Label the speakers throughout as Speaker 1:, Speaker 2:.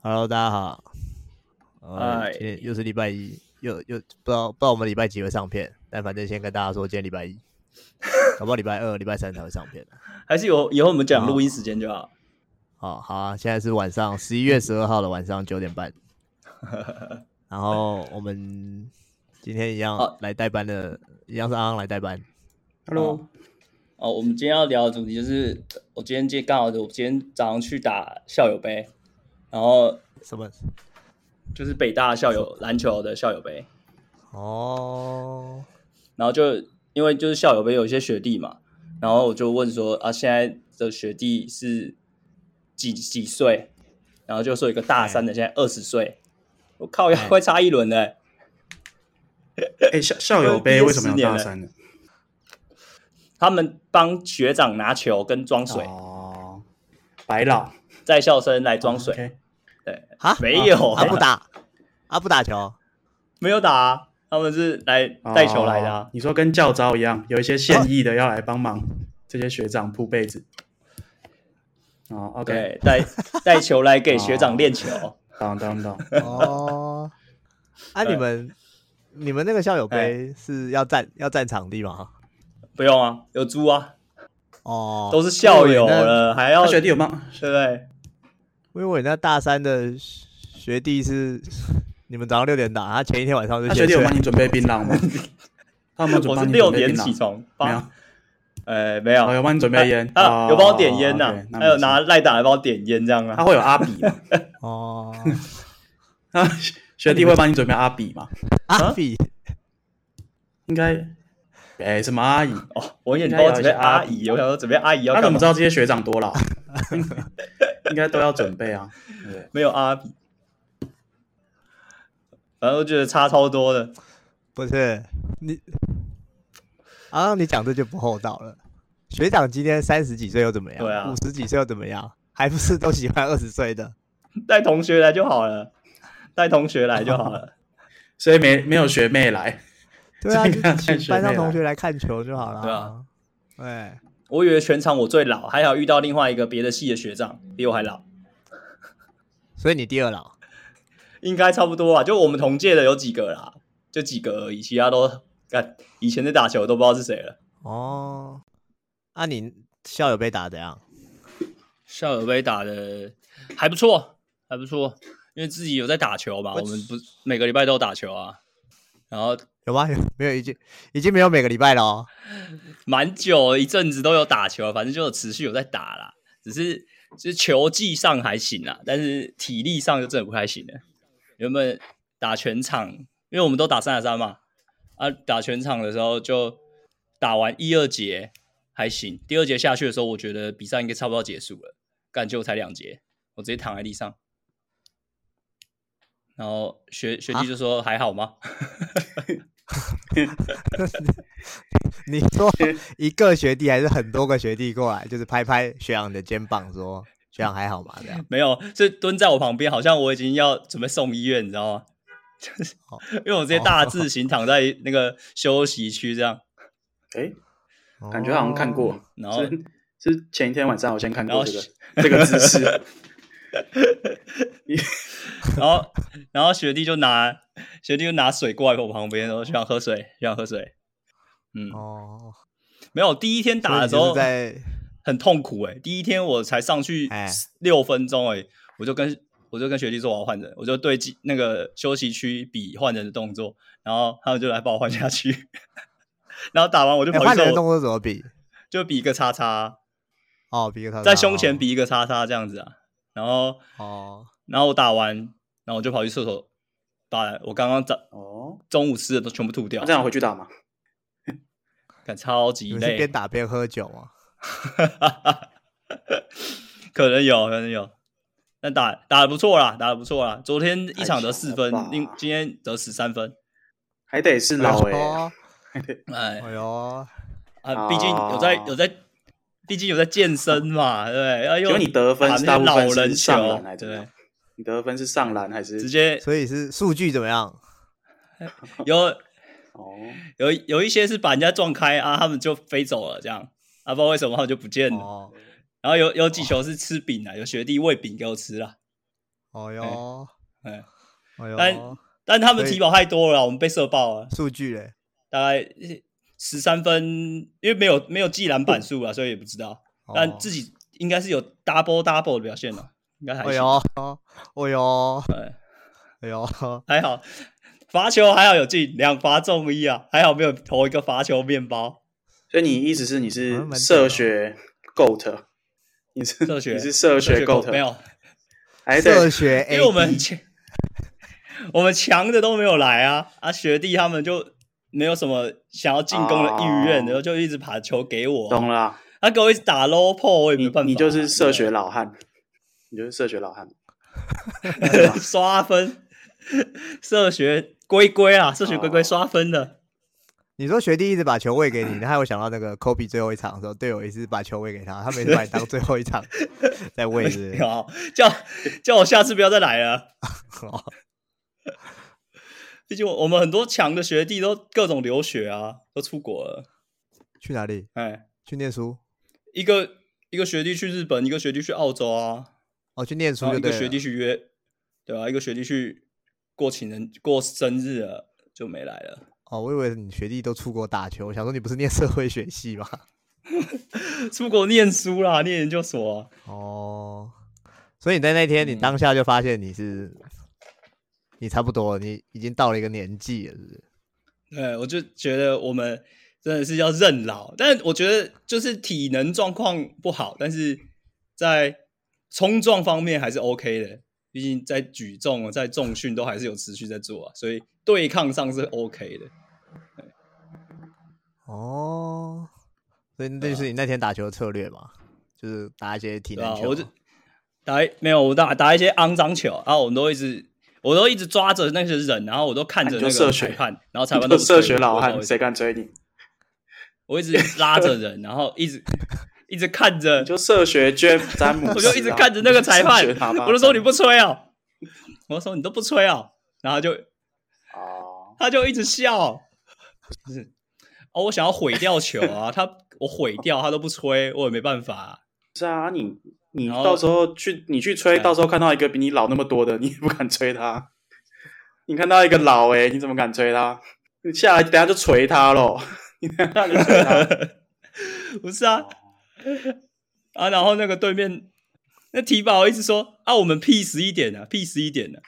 Speaker 1: Hello，大家好。呃，
Speaker 2: 嗨
Speaker 1: 今天又是礼拜一，又又不知道不知道我们礼拜几会上片，但反正先跟大家说，今天礼拜一，搞不好礼拜二、礼拜三才会上片。
Speaker 2: 还是有以后我们
Speaker 3: 啊
Speaker 2: 讲录音时间就好。
Speaker 1: 好好啊，现在是晚上十一月十二号的晚上九点半。然后我们今天一样
Speaker 2: 好
Speaker 1: 来代班的，一样是阿昂来代班。
Speaker 2: Hello，哦，我们今天要聊的主题就是，我今天接刚好我今天早上去打校友杯，然后
Speaker 1: 什么？
Speaker 2: 就是北大校友篮球的校友杯，
Speaker 1: 哦，
Speaker 2: 然后就因为就是校友杯有一些学弟嘛，然后我就问说啊，现在的学弟是几几岁？然后就说有一个大三的，现在二十岁，我靠，要
Speaker 1: 哎
Speaker 2: 快差一轮了欸、
Speaker 3: 哎、校校友杯为什么要大三呢？
Speaker 2: 他们帮学长拿球跟装水，
Speaker 3: 哦，白老
Speaker 2: 在校生来装水。
Speaker 3: 哦 OK
Speaker 2: 对，
Speaker 1: 哈，
Speaker 2: 没有啊
Speaker 1: 他不打，他不打球。
Speaker 2: 没有打、啊，他们是来带球来的、
Speaker 3: 哦
Speaker 2: 啊。
Speaker 3: 你说跟教招一样，有一些现役的要来帮忙这些学长铺被子。哦，OK，
Speaker 2: 对，带带球来给学长练球。
Speaker 3: 懂 懂懂。
Speaker 1: 哦， 啊，你们你们那个校友杯是要占要占场地吗？
Speaker 2: 不用啊，有猪啊，
Speaker 1: 哦，
Speaker 2: 都是校友了，还要
Speaker 3: 那学
Speaker 2: 对
Speaker 3: 弟有帮
Speaker 2: 不对？
Speaker 1: 因为我那大三的学弟是你们早上六点打，他前一天晚上就
Speaker 3: 那
Speaker 1: 先
Speaker 3: 学弟有
Speaker 1: 睡
Speaker 3: 帮你准备槟榔吗？ 他有没有准
Speaker 2: 我
Speaker 3: 帮
Speaker 2: 是
Speaker 3: 你
Speaker 2: 六
Speaker 3: 准备槟
Speaker 2: 点起
Speaker 3: 榔？
Speaker 2: 床，
Speaker 3: 没
Speaker 2: 八
Speaker 3: 有，
Speaker 2: 呃，没
Speaker 3: 哦，
Speaker 2: 有，
Speaker 3: 有帮你准备烟
Speaker 2: 啊，有帮我点烟
Speaker 3: 呐、
Speaker 2: 呐
Speaker 3: OK，，那没
Speaker 2: 还有
Speaker 3: 事
Speaker 2: 拿，赖打来帮我点烟这样
Speaker 3: 他
Speaker 2: 啊。
Speaker 3: 会有阿 比吗？
Speaker 1: 哦，
Speaker 3: 啊，学弟会帮你准备阿比吗？
Speaker 1: 阿比
Speaker 3: 应该，哎、什么阿姨？
Speaker 2: 哦，我也不知道准备阿姨，我想说准备阿姨要
Speaker 3: 他
Speaker 2: 干
Speaker 3: 怎
Speaker 2: 嘛
Speaker 3: 么知？道这些学长多老？应该都要准备啊。对，
Speaker 2: 没有阿姨，反正我觉得差超多的。
Speaker 1: 不是你啊，你讲这就不厚道了。学长今天三十几岁又怎么样？
Speaker 2: 对啊
Speaker 1: 五十几岁又怎么样？还不是都喜欢二十岁的？
Speaker 2: 带同学来就好了，带同学来就好了。
Speaker 3: 所以没没有学妹来，
Speaker 1: 对啊，就
Speaker 3: 这个
Speaker 1: 请
Speaker 3: 看学
Speaker 1: 班上
Speaker 3: 妹
Speaker 1: 同
Speaker 3: 来
Speaker 1: 学来看球就好了。哎
Speaker 2: 对啊
Speaker 1: 对，
Speaker 2: 我以为全场我最老，还好遇到另外一个别的系的学长比我还老，
Speaker 1: 所以你第二老
Speaker 2: 应该差不多啊。就我们同届的有几个啦，就几个而已，其他都干以前在打球都不知道是谁了。
Speaker 1: 哦。啊，你校友被打怎样？
Speaker 2: 校友杯打的还不错，还不错，因为自己有在打球嘛，
Speaker 1: 我
Speaker 2: 我们不每个礼拜都有打球啊，然后
Speaker 1: 有吗？有 没有已经已经没有每个礼拜了哦。
Speaker 2: 蛮久一阵子都有打球，反正就有持续有在打啦，只是就是球技上还行啦，但是体力上就真的不太行了。原本打全场，因为我们都打三打三嘛，啊，打全场的时候就打完一二节还行，第二节下去的时候，我觉得比赛应该差不多要结束了，干就才两节，我直接躺在地上。然后学学弟就说：“还好吗？”
Speaker 1: 你 说一个学弟还是很多个学弟过来，就是拍拍学长的肩膀说：“学长还好吗？”这样
Speaker 2: 没有，是蹲在我旁边，好像我已经要准备送医院，你知道
Speaker 1: 哦
Speaker 2: 吗？就是因为我直接大字型躺在那个休息区这样，
Speaker 3: 哎、感觉好像看过，
Speaker 2: 哦然后
Speaker 3: 是是前一天晚上我先看
Speaker 2: 然
Speaker 3: 过
Speaker 2: 后
Speaker 3: 这个 这个姿势，
Speaker 2: 然后 然后学弟就拿学弟就拿水过来我旁边，说想喝水，想喝水。嗯，
Speaker 1: 哦。
Speaker 2: 没有，第一天打的时
Speaker 1: 所以你就是
Speaker 2: 候
Speaker 1: 在
Speaker 2: 很痛苦哎、第一天我才上去
Speaker 1: 哎
Speaker 2: 六分钟哎、我就跟我就跟学弟说我要换人，我就对机那个休息区比换人的动作，然后他们就来把我换下去， 然后打完我就
Speaker 1: 哎
Speaker 2: 跑
Speaker 1: 换
Speaker 2: 去
Speaker 1: 人的
Speaker 2: 说
Speaker 1: 动作怎么比？
Speaker 2: 就比一个叉叉，
Speaker 1: 哦，比个他
Speaker 2: 在胸前比一个叉叉这样子啊。然后，
Speaker 1: 哦。
Speaker 2: 然后我打完，然后我就跑去厕所，把我刚刚早
Speaker 3: 哦，
Speaker 2: 中午吃的都全部吐掉
Speaker 3: 那这，样回去打吗？
Speaker 2: 感超级
Speaker 1: 你们是
Speaker 2: 累
Speaker 1: 边。打边喝酒吗？
Speaker 2: 可能有，可能有。但打打的不错啦，打的不错啦。昨天一场得四分
Speaker 3: 太强了，吧
Speaker 2: 今今天得十三分。
Speaker 3: 还得是老哎、
Speaker 1: 哦，
Speaker 2: 哎
Speaker 1: 哎呦，
Speaker 2: 啊，毕竟有在
Speaker 3: 哦
Speaker 2: 有在，毕竟有在健身嘛，对不对？哎
Speaker 3: 结
Speaker 2: 呦，
Speaker 3: 果你得分
Speaker 2: 打
Speaker 3: 是
Speaker 2: 那
Speaker 3: 大
Speaker 2: 些
Speaker 3: 部
Speaker 2: 老
Speaker 3: 分是
Speaker 2: 人
Speaker 3: 上
Speaker 2: 球啊
Speaker 3: 篮还，是怎么
Speaker 2: 对
Speaker 3: 样，？你得分是上篮还是
Speaker 2: 直接
Speaker 1: 所以是数据怎么样？
Speaker 2: 有
Speaker 3: 哦？
Speaker 2: 有一有一些是把人家撞开啊，他们就飞走了，这样啊，不知道为什么他们就不见了。
Speaker 1: 哦
Speaker 2: 然后有有几球是吃饼啊，有学弟喂饼给我吃啦。
Speaker 1: 哦哟，
Speaker 2: 哎，
Speaker 1: 哦哟
Speaker 2: 但，但他们
Speaker 1: 所以
Speaker 2: 提保太多了啦，我们被射爆了，
Speaker 1: 数据嘞，
Speaker 2: 大概十三分，因为没有没有计篮板数啊，所以也不知道，但
Speaker 1: 哦
Speaker 2: 自己应该是有 double double 的表现了，应该还
Speaker 1: 哎
Speaker 2: 行，
Speaker 1: 呦，哎呦，
Speaker 2: 哎
Speaker 1: 哎呦，
Speaker 2: 还好，罚球还好有进，两罚中一啊，还好没有投一个罚球面包，
Speaker 3: 所以你意思是你
Speaker 1: 好
Speaker 3: 是
Speaker 1: 像蛮屌
Speaker 3: 社
Speaker 1: 的
Speaker 3: 学 goat，你是
Speaker 2: 社学
Speaker 3: 你是社学
Speaker 2: 狗
Speaker 3: goat，
Speaker 2: 没有，
Speaker 3: 哎
Speaker 1: 社
Speaker 3: 对，
Speaker 1: 学 A，
Speaker 2: 因为我们强， 我们强的都没有来啊啊！学弟他们就没有什么想要进攻的意愿，
Speaker 3: 哦
Speaker 2: 然后就一直把球给我啊，
Speaker 3: 懂了啦，
Speaker 2: 他给我一直打 low p o 我也没
Speaker 3: 你
Speaker 2: 办法啊。
Speaker 3: 你就是社
Speaker 2: 对
Speaker 3: 学老汉，你就是社学老汉，
Speaker 2: 啊 刷分，社学龟龟啊，社学龟龟
Speaker 3: 哦
Speaker 2: 刷分的，
Speaker 1: 你说学弟一直把球喂给你，那害我想到那个 Kobe 最后一场的时候，队友也是把球喂给他，他每次把你当最后一 场在喂是不是
Speaker 2: 好叫叫我下次不要再来了。
Speaker 1: 哦
Speaker 2: 毕竟我们很多强的学弟都各种留学啊，都出国了，
Speaker 1: 去哪里？
Speaker 2: 哎，
Speaker 1: 去念书？
Speaker 2: 一个一个学弟去日本，一个学弟去澳洲啊，
Speaker 1: 哦，去念书
Speaker 2: 然后
Speaker 1: 就
Speaker 2: 一个
Speaker 1: 对
Speaker 2: 学弟
Speaker 1: 了。
Speaker 2: 去约，对啊，一个学弟去过情人过生日了，就没来了。
Speaker 1: 哦，我以为你学弟都出国打球，我想说你不是念社会学系 吗？
Speaker 2: 出国念书啦，念研究所啊、
Speaker 1: 哦，所以你在那天，你
Speaker 2: 嗯
Speaker 1: 当下就发现你是，你差不多，你已经到了一个年纪了，是不是？
Speaker 2: 对，我就觉得我们真的是要认老，但我觉得就是体能状况不好，但是在冲撞方面还是 OK 的，毕竟在举重啊、在重训都还是有持续在做啊，所以对抗上是 OK 的。
Speaker 1: 哦，所以那就是你那天打球的策略嘛，就是打一些体
Speaker 2: 啊对
Speaker 1: 能
Speaker 2: 啊，
Speaker 1: 球。
Speaker 2: 我就打一没有，我打打一些肮脏球，然后我们都一直，我都一直抓着那些人，然后我都看着
Speaker 3: 啊
Speaker 2: 那
Speaker 3: 你就
Speaker 2: 个
Speaker 3: 射血
Speaker 2: 裁判，然后裁判都
Speaker 3: 你
Speaker 2: 不
Speaker 3: 是社
Speaker 2: 吹
Speaker 3: 学老
Speaker 2: 我
Speaker 3: 汉，
Speaker 2: 我
Speaker 3: 谁敢追你？
Speaker 2: 我一直拉着人，然后一 直一直看着
Speaker 3: 你，就社学 j 詹姆斯啊，
Speaker 2: 我就一直看着那个裁判
Speaker 3: 你是社学喇，叭
Speaker 2: 我就说你不吹啊，我就说你都不吹啊，然后就
Speaker 3: 哦，
Speaker 2: 他就一直笑，就是哦，我想要毁掉球啊，他我毁掉他都不吹，我也没办法啊、
Speaker 3: 是啊，你你
Speaker 2: 然后
Speaker 3: 到时候去你去吹，
Speaker 2: 哎
Speaker 3: 到时候看到一个比你老那么多的，你 也不敢吹他。你看到一个老诶、你怎么敢吹他？你下来等下就捶他喽，你等下就捶他。
Speaker 2: 不是啊啊，然后那个对面那提保一直说啊，我们 P 十一点啊，P 十一点啊，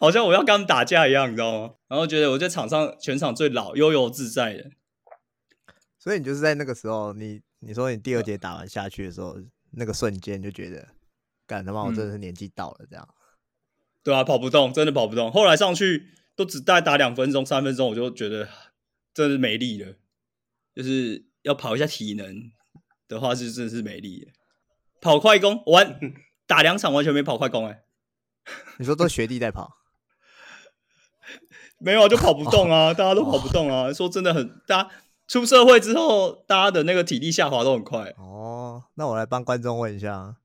Speaker 2: 好像我要跟他们打架一样，你知道吗？然后觉得我在场上全场最老、悠游自在的，
Speaker 1: 所以你就是在那个时候，你你说你第二
Speaker 2: 啊
Speaker 1: 节打完下去的时候，那个瞬间就觉得，干他妈我真
Speaker 2: 嗯
Speaker 1: 的是年纪到了这样。
Speaker 2: 对啊，跑不动，真的跑不动。后来上去都只大概打两分钟、三分钟，我就觉得真的是没力了，就是要跑一下体能的话是真的是没力了。跑快攻完打两场完全没跑快攻哎、
Speaker 1: 你说都学弟在跑，
Speaker 2: 没有啊，就跑不动啊，大家都跑不动啊。说真的很，大家出社会之后，大家的那个体力下滑都很快。
Speaker 1: 哦，那我来帮观众问一下，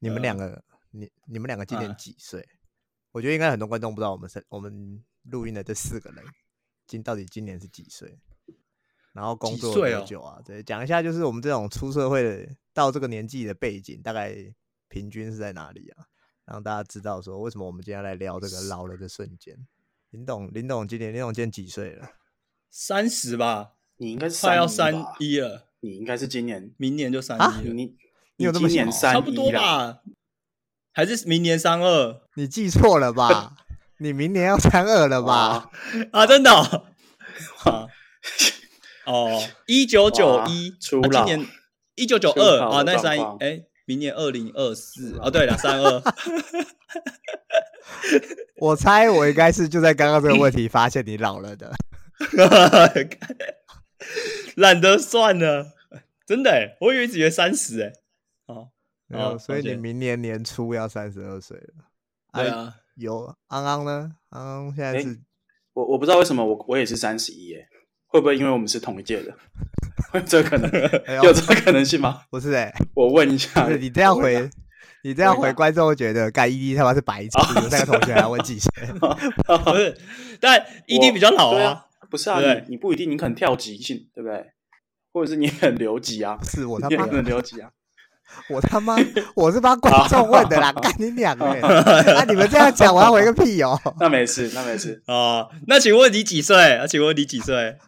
Speaker 1: 你们
Speaker 2: 呃
Speaker 1: 两个，你你们两个今年
Speaker 2: 啊
Speaker 1: 几岁？我觉得应该很多观众不知道我们是我们录音的这四个人，今到底今年是几岁？然后工
Speaker 2: 几
Speaker 1: 作
Speaker 2: 岁
Speaker 1: 多
Speaker 2: 哦
Speaker 1: 久啊？对，讲一下就是我们这种出社会的到这个年纪的背景，大概平均是在哪里啊？让大家知道说为什么我们今天来聊这个老了的瞬间。林董，林董今年林董今年几岁了？
Speaker 2: 三十吧，
Speaker 3: 你应该是
Speaker 2: 快要
Speaker 3: 三
Speaker 2: 三
Speaker 3: 吧，
Speaker 2: 一了，
Speaker 3: 你应该是今年，
Speaker 2: 明年就三
Speaker 1: 啊
Speaker 2: 一
Speaker 3: 你
Speaker 2: 了，
Speaker 3: 你
Speaker 1: 你有那么
Speaker 3: 今年
Speaker 1: 小
Speaker 3: 三
Speaker 2: 差不
Speaker 3: 一
Speaker 2: 多
Speaker 3: 啦，
Speaker 2: 吧？还是明年三二
Speaker 1: 你记错了 吧？你明年要三二了吧？
Speaker 3: 哇？
Speaker 2: 啊？真的 哦、啊？哦，一九九一
Speaker 3: 哇，初
Speaker 2: 啊今
Speaker 3: 老
Speaker 2: 年一九九
Speaker 3: 初
Speaker 2: 二
Speaker 3: 老
Speaker 2: 啊，
Speaker 3: 的
Speaker 2: 那三一
Speaker 3: 状况
Speaker 2: 哎，明年二零二四哦，对了，三二
Speaker 1: 我猜我应该是就在刚刚这个问题发现你老了的。
Speaker 2: 懒得算了，真的哎，我以为只以为三十哎，哦，
Speaker 1: 没有
Speaker 2: 哦
Speaker 1: 所以你
Speaker 2: 了解
Speaker 1: 明年年初要三十二岁了。
Speaker 2: 对，啊，
Speaker 1: 有安安呢？安安现在
Speaker 3: 诶
Speaker 1: 是
Speaker 3: 我我不知道为什么我我也是三十一耶，会不会因为我们是同一届的？ 会有这个可能？
Speaker 1: 哎呦
Speaker 3: 有这个可能性吗？
Speaker 1: 不是哎？
Speaker 3: 我问一下
Speaker 1: 不是，你这样回，你这样
Speaker 3: 我
Speaker 1: 回
Speaker 3: 也
Speaker 1: 观众会觉得盖伊迪他妈是白痴，有三个同学还要问几岁？
Speaker 2: 哎 不是，但 ED 比较老
Speaker 3: 对
Speaker 2: 啊
Speaker 3: 啊，不是啊，
Speaker 2: 对不对
Speaker 3: 你你不一定，你肯跳级性，对不对？或者是你很留级啊，
Speaker 1: 是我他
Speaker 3: 你也
Speaker 1: 妈
Speaker 3: 可能留级啊。
Speaker 1: 我他妈我是帮观众问的啦，干你娘嘞！啊，你们这样讲，我要回个屁哦！
Speaker 3: 那没事，那没事。
Speaker 2: 哦，那请问你几岁？啊，请问你几岁？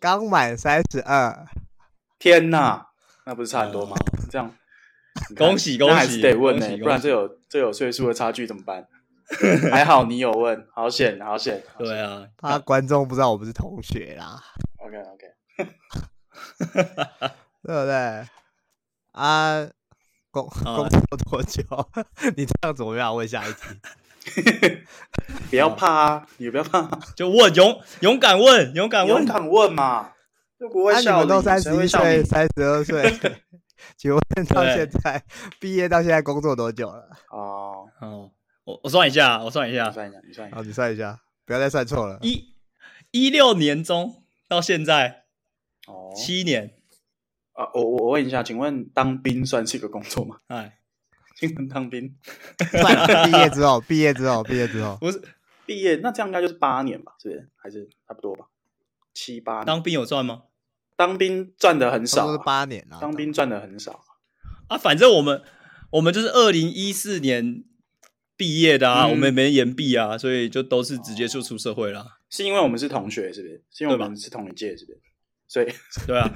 Speaker 1: 刚满三十二，
Speaker 3: 天哪，那不是差很多吗？
Speaker 1: 嗯
Speaker 3: 这样，你看
Speaker 2: 恭喜恭
Speaker 3: 那还是
Speaker 2: 喜
Speaker 3: 得问
Speaker 2: 恭
Speaker 3: 呢、
Speaker 2: 喜
Speaker 3: 不然
Speaker 2: 恭喜
Speaker 3: 这有这有岁数的差距怎么 办？还好你有问，好险，好险。
Speaker 2: 对啊，
Speaker 1: 怕观众不知道我们是同学啦，
Speaker 3: ，OK OK，
Speaker 1: 对不对？啊，工
Speaker 2: 啊
Speaker 1: 工作多久？ 你这样子我又要问下一题。
Speaker 3: 不要怕啊，你不要怕、
Speaker 2: 就问勇勇敢问，勇敢
Speaker 3: 勇
Speaker 2: 问，
Speaker 3: 敢问嘛，就不会
Speaker 1: 啊，你
Speaker 3: 笑
Speaker 1: 们
Speaker 3: 你。
Speaker 1: 都三
Speaker 3: 谁
Speaker 1: 十
Speaker 3: 会
Speaker 1: 一
Speaker 3: 笑你
Speaker 1: 岁、三十二岁， 请问到
Speaker 2: 对
Speaker 1: 现在毕业到现在工作多久了？
Speaker 3: 哦，
Speaker 2: 哦，我我算一下，我算一
Speaker 3: 你
Speaker 2: 下，
Speaker 3: 算一下，你算一
Speaker 2: 啊
Speaker 3: 下
Speaker 1: 好，，你算一下，不要再算错了。
Speaker 2: 一一六年中到现在
Speaker 3: 哦，
Speaker 2: 七年，
Speaker 3: 啊，我我我问一下，请问当兵算是一个工作吗？
Speaker 2: 哎，
Speaker 3: 请问当兵
Speaker 1: 算了，毕业之后，毕业之后，毕业之 后，
Speaker 2: 不是
Speaker 3: 毕业，那这样应该就是八年吧？是不是？还是差不多吧？七八年
Speaker 2: 当兵有算吗？
Speaker 3: 当兵赚的很
Speaker 1: 差
Speaker 3: 少
Speaker 1: 不多是
Speaker 3: 啊、
Speaker 1: 八年了。
Speaker 3: 当兵赚的很少
Speaker 2: 啊，反正我们我们就是二零一四年毕业的啊，
Speaker 3: 嗯
Speaker 2: 我们也没延毕啊，所以就都是直接就出社会啦。
Speaker 3: 是因为我们是同学，是不是？是因为我们是同一届，是不是？所以
Speaker 2: 对啊，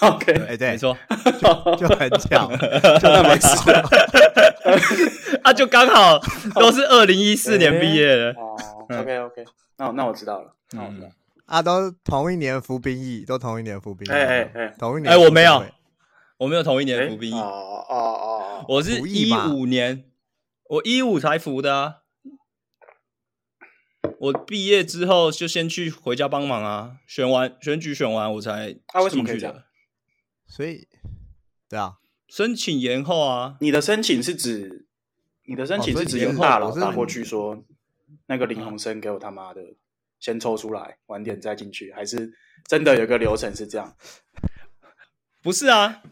Speaker 3: OK，
Speaker 1: 哎对
Speaker 2: 没错，
Speaker 1: 就很 巧，
Speaker 3: 真的没事
Speaker 2: 啊，就刚好都是二零一四年毕业的，
Speaker 3: 哦。OK OK，那我那我知道了，那我知道了。
Speaker 1: 啊，都同一年服兵役，都同一年服兵役，
Speaker 3: 哎哎哎
Speaker 1: 同一年。
Speaker 2: 哎，我没有，，我没有同一年服兵役
Speaker 3: 哎，哦哦哦哦，
Speaker 2: 我是
Speaker 1: 服役
Speaker 2: 一
Speaker 1: 嘛
Speaker 2: 五年，我一五才服的啊。我毕业之后就先去回家帮忙啊，选完选举选完我才
Speaker 3: 啊为什
Speaker 2: 进
Speaker 3: 么可以
Speaker 2: 去
Speaker 3: 这
Speaker 2: 的
Speaker 3: 样？
Speaker 1: 所以对啊，
Speaker 2: 申请延后啊，
Speaker 3: 你的申请是指你的申请是指
Speaker 2: 哦所以
Speaker 3: 用大佬
Speaker 1: 我是
Speaker 3: 打过去说那个林鸿生给我他妈的先抽出来，晚点再进去，还是真的有个流程是这样？
Speaker 2: 不是啊，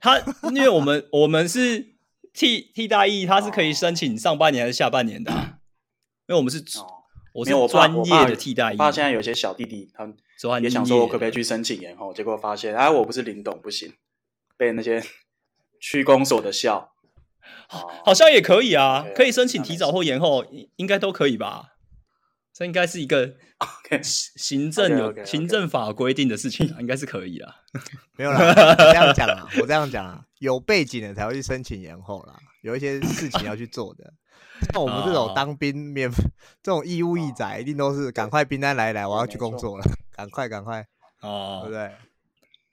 Speaker 2: 他因为我们 我们是替替代役，他是可以申请上半年还是下半年的啊、因为我们是
Speaker 3: 哦，
Speaker 2: 我
Speaker 3: 没
Speaker 2: 是
Speaker 3: 有，我爸
Speaker 2: 专
Speaker 3: 我
Speaker 2: 业
Speaker 3: 爸
Speaker 2: 的替代役
Speaker 3: 我，爸现在有些小弟弟，他们
Speaker 2: 专业
Speaker 3: 也想说我可不可以去申请延后，结果发现哎，我不是林董，不行，被那些 区公所的笑。
Speaker 2: 好
Speaker 3: 哦，
Speaker 2: 像也可以啊
Speaker 3: 对啊，
Speaker 2: 可以申请提早或延后，应应该都可以吧？这应该是一个
Speaker 3: OK
Speaker 2: 行行政有
Speaker 3: OK，OK，OK
Speaker 2: 行政法规定的事情啊，应该是可以啊。
Speaker 1: 没有啦，我这样讲 啦，我这样讲啦，有背景的才会去申请延后啦，有一些事情要去做的。像我们这
Speaker 2: 哦
Speaker 1: 种当兵免这种义务役仔，一定都是赶快兵单来一来，我要去工作了，赶快赶快，对不
Speaker 2: 哦，
Speaker 1: 对？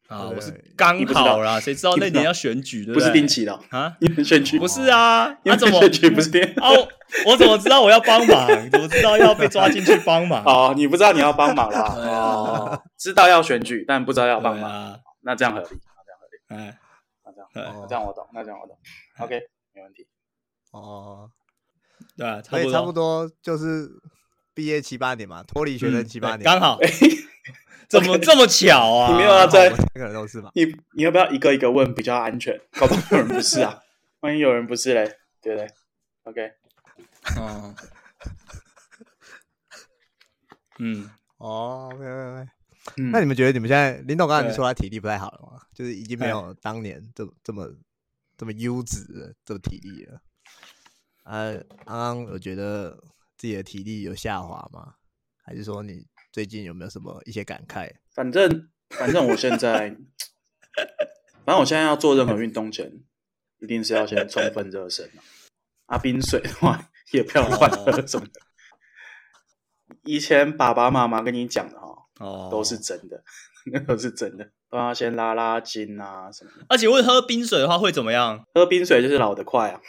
Speaker 2: 啊，
Speaker 1: 对
Speaker 2: 我是刚
Speaker 3: 你不知道
Speaker 2: 好啦，谁知道那
Speaker 3: 你不知
Speaker 2: 年
Speaker 3: 道
Speaker 2: 要选举，对
Speaker 3: 不
Speaker 2: 对
Speaker 3: 是定期的哦，
Speaker 2: 啊？
Speaker 3: 你们选区
Speaker 2: 不是啊，那
Speaker 3: 你们
Speaker 2: 怎么
Speaker 3: 选区不是定？
Speaker 2: 啊，我我怎么知道我要帮忙？怎么知道要被抓进去帮忙？
Speaker 3: 哦，你不知道你要帮忙啦。
Speaker 2: 对啊
Speaker 3: 哦，知道要选举，但不知道要
Speaker 2: 对
Speaker 3: 帮忙，
Speaker 2: 啊，
Speaker 3: 那这样合理。
Speaker 2: 哎，
Speaker 3: 那这样，
Speaker 2: 对
Speaker 1: 哦
Speaker 3: 那这样我懂，那这样我懂。OK，没问题。
Speaker 1: 哦，
Speaker 2: 对啊，差
Speaker 1: 所以
Speaker 2: 不
Speaker 1: 差不
Speaker 2: 多，
Speaker 1: 多就是毕业七八年嘛，脱离学生
Speaker 2: 嗯
Speaker 1: 七八年，
Speaker 2: 对刚 好，怎么这么巧啊？
Speaker 3: 哎你没有要
Speaker 1: 在我
Speaker 3: 在
Speaker 1: 们三个人都是嘛。
Speaker 3: 你你要不要一个一个问比较安全？搞不好有人不是啊，万一有人不是嘞，对不对？OK，
Speaker 2: 嗯，嗯，
Speaker 1: 哦，没有没有没有。
Speaker 3: 嗯
Speaker 1: 那你们觉得你们现在林董刚才
Speaker 2: 对
Speaker 1: 你说他体力不太好了嘛？就是已经没
Speaker 2: 哎
Speaker 1: 有当年这这么这么优质的这么体力了。啊，刚刚有觉得自己的体力有下滑吗？还是说你最近有没有什么一些感慨？
Speaker 3: 反正反正我现在，反正我现在要做任何运动前，一定是要先充分热身啊。啊，冰水的话也不要乱喝什么的。以前爸爸妈妈跟你讲的哈，
Speaker 2: 哦，
Speaker 3: 都是。真的， 那都是真的，都要先拉拉筋啊什么的。
Speaker 2: 而且问喝冰水的话会怎么样？
Speaker 3: 喝冰水就是老得快啊，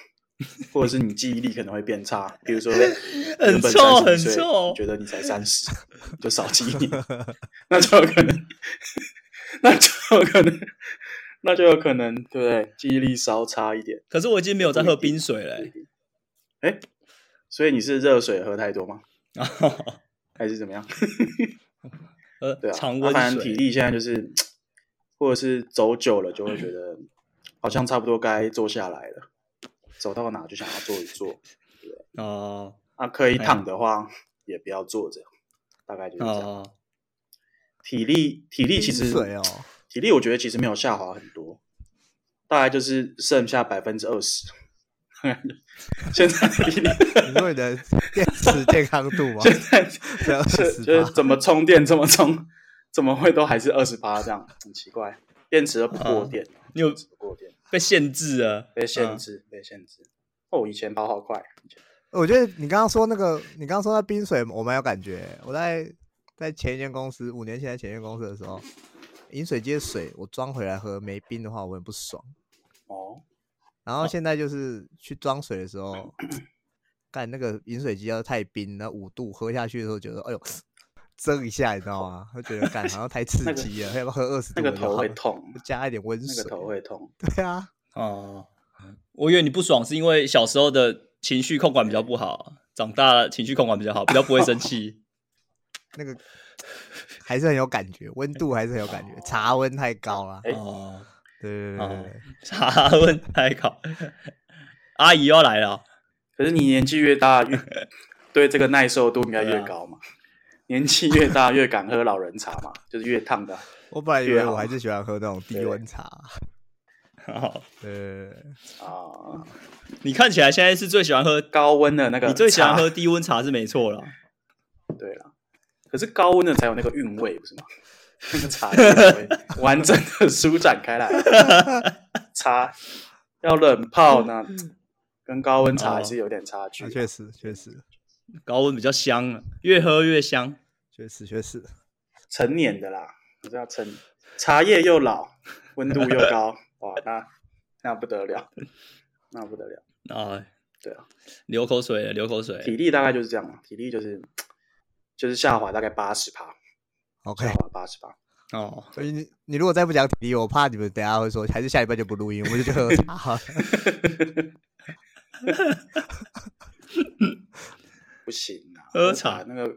Speaker 3: 或者是你记忆力可能会变差，比如说
Speaker 2: 很
Speaker 3: 原本
Speaker 2: 臭
Speaker 3: 30
Speaker 2: 很
Speaker 3: 岁
Speaker 2: 臭
Speaker 3: 你觉得你才三十， 就少记忆， 那就有可能， 那就有可能， 那就有可能，对不对？记忆力稍差一点，
Speaker 2: 可是我已经没有在喝冰水了、欸。
Speaker 3: 哎，所以你是热水喝太多吗？还是怎么样？
Speaker 2: 呃，
Speaker 3: 对啊，
Speaker 2: 常
Speaker 3: 啊反
Speaker 2: 温
Speaker 3: 正体
Speaker 2: 水，
Speaker 3: 力现在就是，或者是走久了就会觉得好像差不多该坐下来了，走到哪就想要坐一坐。
Speaker 2: 哦
Speaker 3: 啊，可以躺的话也不要坐着，大概就是这样。
Speaker 2: 哦，啊
Speaker 3: 体力体力其
Speaker 1: 冰
Speaker 3: 实
Speaker 1: 水哦，
Speaker 3: 体力我觉得其实没有下滑很多，大概就是剩下百分之二十。现在体力
Speaker 1: 你说你的电池健康度 吗？
Speaker 3: 现在
Speaker 1: 这样
Speaker 3: 是
Speaker 1: 子
Speaker 3: 就是
Speaker 1: 吧？
Speaker 3: 怎么充电怎么充，怎么会都还是二十八这样，很奇怪。电池都不过电，
Speaker 2: 你有
Speaker 3: 电池不过电，
Speaker 2: 被限制了，
Speaker 3: 被限
Speaker 2: 嗯。
Speaker 3: 制，被限制。哦，以前跑好快，以前
Speaker 1: 我觉得你刚刚说那个，你刚刚说那冰水，我蛮有感觉。我在在前一间公司，五年前在前一间公司的时候，饮水机的水我装回来喝，没冰的话我很不爽。
Speaker 3: 哦，
Speaker 1: 然后现在就是去装水的时 候，干那个饮水机要是太冰，那五度喝下去的时候，觉得哎呦，蒸一下，你知道吗？会觉得干好像太刺
Speaker 3: 那个
Speaker 1: 激了，要不要喝二十度
Speaker 3: 那个
Speaker 1: 的就
Speaker 3: 头
Speaker 1: 好
Speaker 3: 会
Speaker 1: 了？
Speaker 3: 痛，
Speaker 1: 加一点温
Speaker 3: 那
Speaker 1: 水
Speaker 3: 个，头会痛。
Speaker 1: 对啊，
Speaker 2: 哦，我以为你不爽是因为小时候的情绪控管比较不好，长大了情绪控管比较好，比较不会生气。
Speaker 1: 那个还是很有感觉，温度还是很有感
Speaker 3: 哦
Speaker 1: 觉，茶温太高了。
Speaker 3: 哎
Speaker 2: 哦，
Speaker 1: 对对对对
Speaker 2: 哦
Speaker 1: 对，，
Speaker 2: 查问太考，阿姨要来了，
Speaker 3: 可是你年纪越大，越对这个耐受度应该越高嘛。年纪越大，越敢喝老人茶嘛，就是越烫的。
Speaker 1: 我本来以
Speaker 3: 对
Speaker 1: 为
Speaker 3: 啊
Speaker 1: 我还是喜欢喝那种低
Speaker 3: 对
Speaker 1: 温茶，啊
Speaker 2: 好，
Speaker 1: 对对对对
Speaker 3: 啊，
Speaker 2: 你看起来现在是最喜欢喝，
Speaker 3: 高温的那个，
Speaker 2: 你最喜欢喝？低温啊茶是没错啦。
Speaker 3: 对了，可是高温的才有那个韵味，不是吗？ 那个茶的韵味完整的舒展 开来，茶要冷泡呢，
Speaker 2: 嗯
Speaker 3: 跟高温茶还是有点差距
Speaker 1: 啊，。确实确实
Speaker 2: 高温比较香啊，越喝越香。
Speaker 1: 确实确实，
Speaker 3: 成年的啦，你知道成茶叶 又老，温度又高，哇，那那不得了，那不得了。
Speaker 2: 啊，
Speaker 3: 对啊，
Speaker 2: 流口水了，流口水了。
Speaker 3: 体力大概就是这样嘛，体力就是就是下滑大概八十趴，
Speaker 1: OK
Speaker 3: 下。滑八十趴。
Speaker 2: 哦，
Speaker 1: 所以你你如果再不讲体力，我怕你们等一下会说，还是下礼拜就不录音，我们就去喝茶好了。
Speaker 3: 不行啊，
Speaker 2: 喝茶
Speaker 3: 那个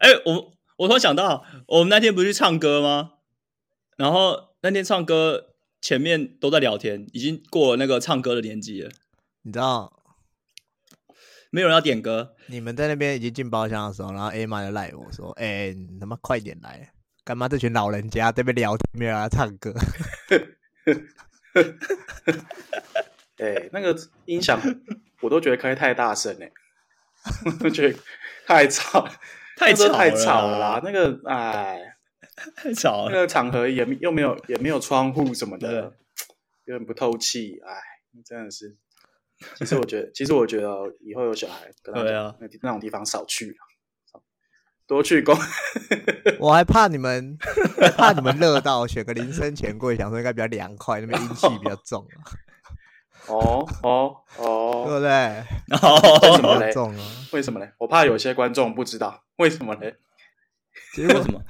Speaker 2: 哎、我我突然想到，我们那天不是去唱歌吗？然后那天唱歌前面都在聊天，已经过了那个唱歌的年纪了，
Speaker 1: 你知道
Speaker 2: 没有人要点歌。
Speaker 1: 你们在那边已经进包厢的时候，然后 A 妈就赖我说：“哎、你他妈快点来！干嘛这群老人家在那边聊天，没有要唱歌？
Speaker 3: 哎，那个音响我都觉得开太大声嘞、 我都觉得太吵，
Speaker 2: 太
Speaker 3: 那都
Speaker 2: 吵
Speaker 3: 太
Speaker 2: 了
Speaker 3: 吵
Speaker 2: 啦
Speaker 3: 了啦。那个哎，
Speaker 2: 太吵
Speaker 3: 那
Speaker 2: 了，
Speaker 3: 个场合也没又没有也没有窗户什么
Speaker 2: 对
Speaker 3: 的，有点不透气，哎，真的是。其实我觉得，其实我觉得哦以后有小孩，跟他
Speaker 2: 对
Speaker 3: 讲
Speaker 2: 啊
Speaker 3: 那地那种地方少去啊，多去公。
Speaker 1: 我还怕你们，还怕你们热到选个铃声钱柜，想说应该比较凉快，那边阴气比较重啊，
Speaker 3: 哦哦
Speaker 1: 对
Speaker 3: 哦，
Speaker 1: 不对？
Speaker 3: 为什
Speaker 1: 比
Speaker 3: 么
Speaker 1: 较
Speaker 3: 嘞？
Speaker 1: 重啊。
Speaker 3: 为什么嘞？我怕有些观众不知道为什么嘞。
Speaker 1: 结
Speaker 2: 为
Speaker 1: 果
Speaker 2: 什么？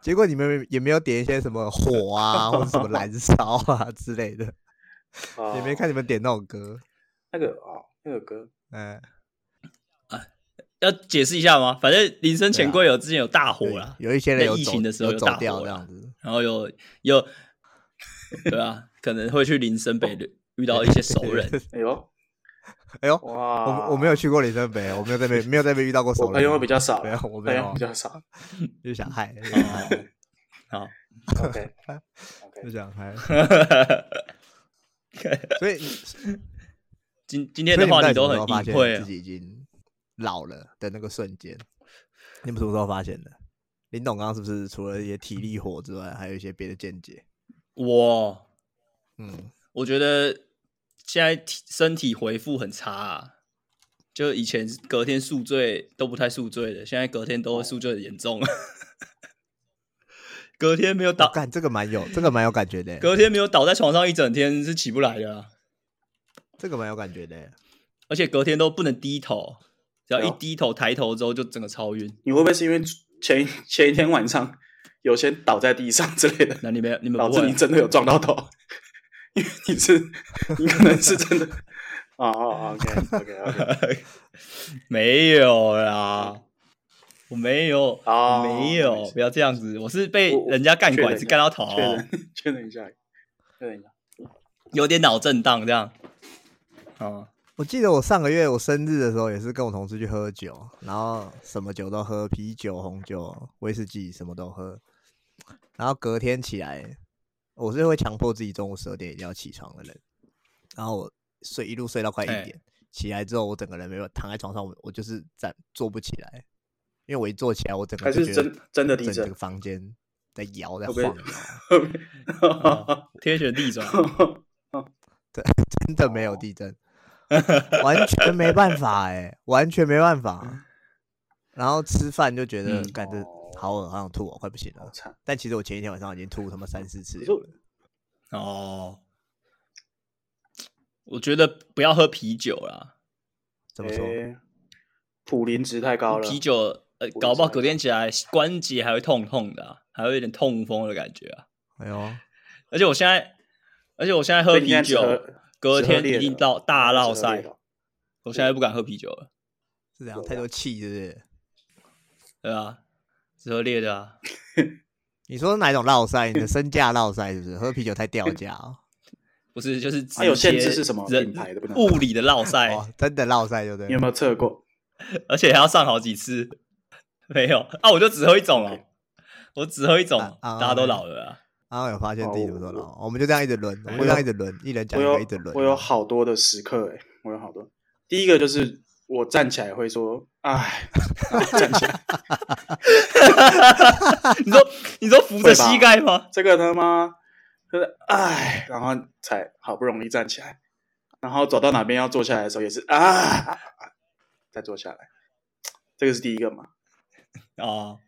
Speaker 1: 结果你们也没有点一些什么火啊，或者什么燃烧啊之类 的，
Speaker 3: 哦
Speaker 1: 也没看你们点那种歌。
Speaker 3: 那个哦，那个歌，
Speaker 1: 嗯，
Speaker 2: 要解释一下吗？反正林森钱柜有之前有大火
Speaker 1: 对啊
Speaker 2: 啦，
Speaker 1: 有一些人
Speaker 2: 在
Speaker 1: 有
Speaker 2: 疫
Speaker 1: 走
Speaker 2: 情的时候
Speaker 1: 有
Speaker 2: 有
Speaker 1: 走
Speaker 2: 大
Speaker 1: 掉
Speaker 2: 火
Speaker 1: 这
Speaker 2: 啦
Speaker 1: 样子。
Speaker 2: 然后有有，对啊，可能会去林森北路遇到一些熟人，
Speaker 3: 哎呦
Speaker 1: 哎呦，
Speaker 3: 哇，
Speaker 1: 我我没有去过林森北，我没有在那边没有在那边遇到过熟
Speaker 3: 我
Speaker 1: 人。
Speaker 3: 朋友比较哎少
Speaker 1: 没
Speaker 3: 啦，
Speaker 1: 有，我没
Speaker 3: 朋
Speaker 1: 有
Speaker 3: 友比，较 少。
Speaker 1: 就想嗨，
Speaker 2: 好，
Speaker 3: OK OK，
Speaker 1: 就 想 嗨。所以，所
Speaker 2: 今今
Speaker 1: 以
Speaker 2: 天
Speaker 1: 你
Speaker 2: 的
Speaker 1: 们
Speaker 2: 话
Speaker 1: 到底什
Speaker 2: 你都
Speaker 1: 么时候
Speaker 2: 很
Speaker 1: 发
Speaker 2: 隐
Speaker 1: 现
Speaker 2: 晦
Speaker 1: 自
Speaker 2: 啊，
Speaker 1: 己已经老了的那个瞬间，你们什么时候发现的？林董刚刚是不是除了一些体力活之外，还有一些别的见解？
Speaker 2: 我
Speaker 1: 嗯，
Speaker 2: 我觉得现在体身体回复很差、啊，就以前隔天宿醉都不太宿醉的，现在隔天都会宿醉的严重。 隔天没有
Speaker 1: 我
Speaker 2: 倒，
Speaker 1: 哦干这个蛮有，这个蛮有感觉的，
Speaker 2: 隔天没有倒在床上一整天是起不来的、啊，
Speaker 1: 这个蛮有感觉的。
Speaker 2: 而且隔天都不能低头，只要
Speaker 3: 哎
Speaker 2: 一
Speaker 3: 呦
Speaker 2: 低头抬头之后就整个超晕。
Speaker 3: 你会不会是因为前前一天晚上有些倒在地上之 类的，
Speaker 2: 那你们你们
Speaker 3: 导
Speaker 2: 不
Speaker 3: 致
Speaker 2: 会
Speaker 3: 你
Speaker 2: 啊
Speaker 3: 真的有撞到头？ 因为你是你可能是 真的。哦哦，OK OK OK，
Speaker 2: 没有啦，我没有，
Speaker 3: 哦
Speaker 2: 我没
Speaker 3: 没
Speaker 2: 有，
Speaker 3: 事
Speaker 2: 不要这样子，我是被
Speaker 3: 我我
Speaker 2: 人家干
Speaker 3: 确认
Speaker 2: 拐子
Speaker 3: 一下
Speaker 2: 干到头，
Speaker 1: 哦
Speaker 3: 确认确认一下，确认一下。
Speaker 2: 有点脑震荡这样。哦，
Speaker 1: 我记得我上个月我生日的时候，也是跟我同事去喝酒，然后什么酒都喝，啤酒、红酒、威士忌什么都喝。然后隔天起来，我是会强迫自己中午十二点一定要起床的人，然后我睡一路睡到快一
Speaker 2: 哎
Speaker 1: 点，起来之后我整个人没有躺在床上，我我就是站坐不起来，因为我一坐起来，我整个
Speaker 3: 还
Speaker 1: 就是觉
Speaker 3: 真
Speaker 1: 得
Speaker 3: 真的地
Speaker 1: 整
Speaker 3: 震
Speaker 1: 个房间在摇在
Speaker 3: 会
Speaker 1: 晃
Speaker 3: 不会
Speaker 1: 的，
Speaker 3: 哦
Speaker 2: 天旋地转，
Speaker 1: 哦真的没有地震，
Speaker 3: 哦
Speaker 1: 完全没办法哎、完全没办
Speaker 3: 嗯
Speaker 1: 法。然后吃饭就觉得
Speaker 2: 嗯
Speaker 1: 干这好恶，好想吐哦，快不行
Speaker 3: 好
Speaker 1: 了。
Speaker 3: 惨。
Speaker 1: 但其实我前一天晚上已经吐他妈三四次
Speaker 3: 可是
Speaker 1: 了
Speaker 3: 我，
Speaker 2: 哦，我觉得不要喝啤酒啦，
Speaker 1: 怎么说？
Speaker 3: 诶普林值太高了，
Speaker 2: 啤酒呃，
Speaker 3: 我
Speaker 2: 搞不好
Speaker 3: 知道
Speaker 2: 隔天起来关节还会痛痛的啊、还会有点痛风的感觉啊。
Speaker 1: 哎呦，
Speaker 2: 而且我现在，而且我现在喝
Speaker 3: 所以你
Speaker 2: 啤
Speaker 3: 现在
Speaker 2: 酒
Speaker 3: 只喝，
Speaker 2: 隔天
Speaker 3: 只喝烈
Speaker 2: 一
Speaker 3: 的
Speaker 2: 定到大落
Speaker 3: 只喝
Speaker 2: 赛
Speaker 3: 烈的。
Speaker 2: 我现在不敢喝啤酒了，
Speaker 1: 是这样，太多气是不是？
Speaker 2: 对啊，只喝烈的啊。
Speaker 1: 你说哪种落塞？你的身价落塞是不是？喝啤酒太掉价 哦，
Speaker 2: 不是，就是直
Speaker 3: 它有限
Speaker 2: 接
Speaker 3: 制是什么
Speaker 2: 人
Speaker 3: 品牌的不能
Speaker 2: 物理的落赛，
Speaker 1: 哦，真的落塞对不
Speaker 3: 哎你有
Speaker 1: 对？
Speaker 3: 没有测过？
Speaker 2: 而且还要上好几次。没有啊，我就只喝一种哦
Speaker 3: OK，
Speaker 2: 我只喝一种
Speaker 1: 啊，啊
Speaker 2: 大家都老了啊。
Speaker 1: 然后有发现自己怎么说
Speaker 3: 哦
Speaker 1: 了，我们就这样一直轮，我们就这样一直轮，一人讲
Speaker 3: 我
Speaker 1: 一
Speaker 3: 有
Speaker 1: 个，一直轮。哦
Speaker 3: 我有好多的时刻、欸，我有好多。第一个就是我站起来会说， 哎，然后站起来，
Speaker 2: 你说你说扶着膝盖吗？
Speaker 3: 这个他妈就是哎，然后才好不容易站起来，然后走到哪边要坐下来的时候也是啊，再坐下来，这个是第一个嘛？
Speaker 2: 哦，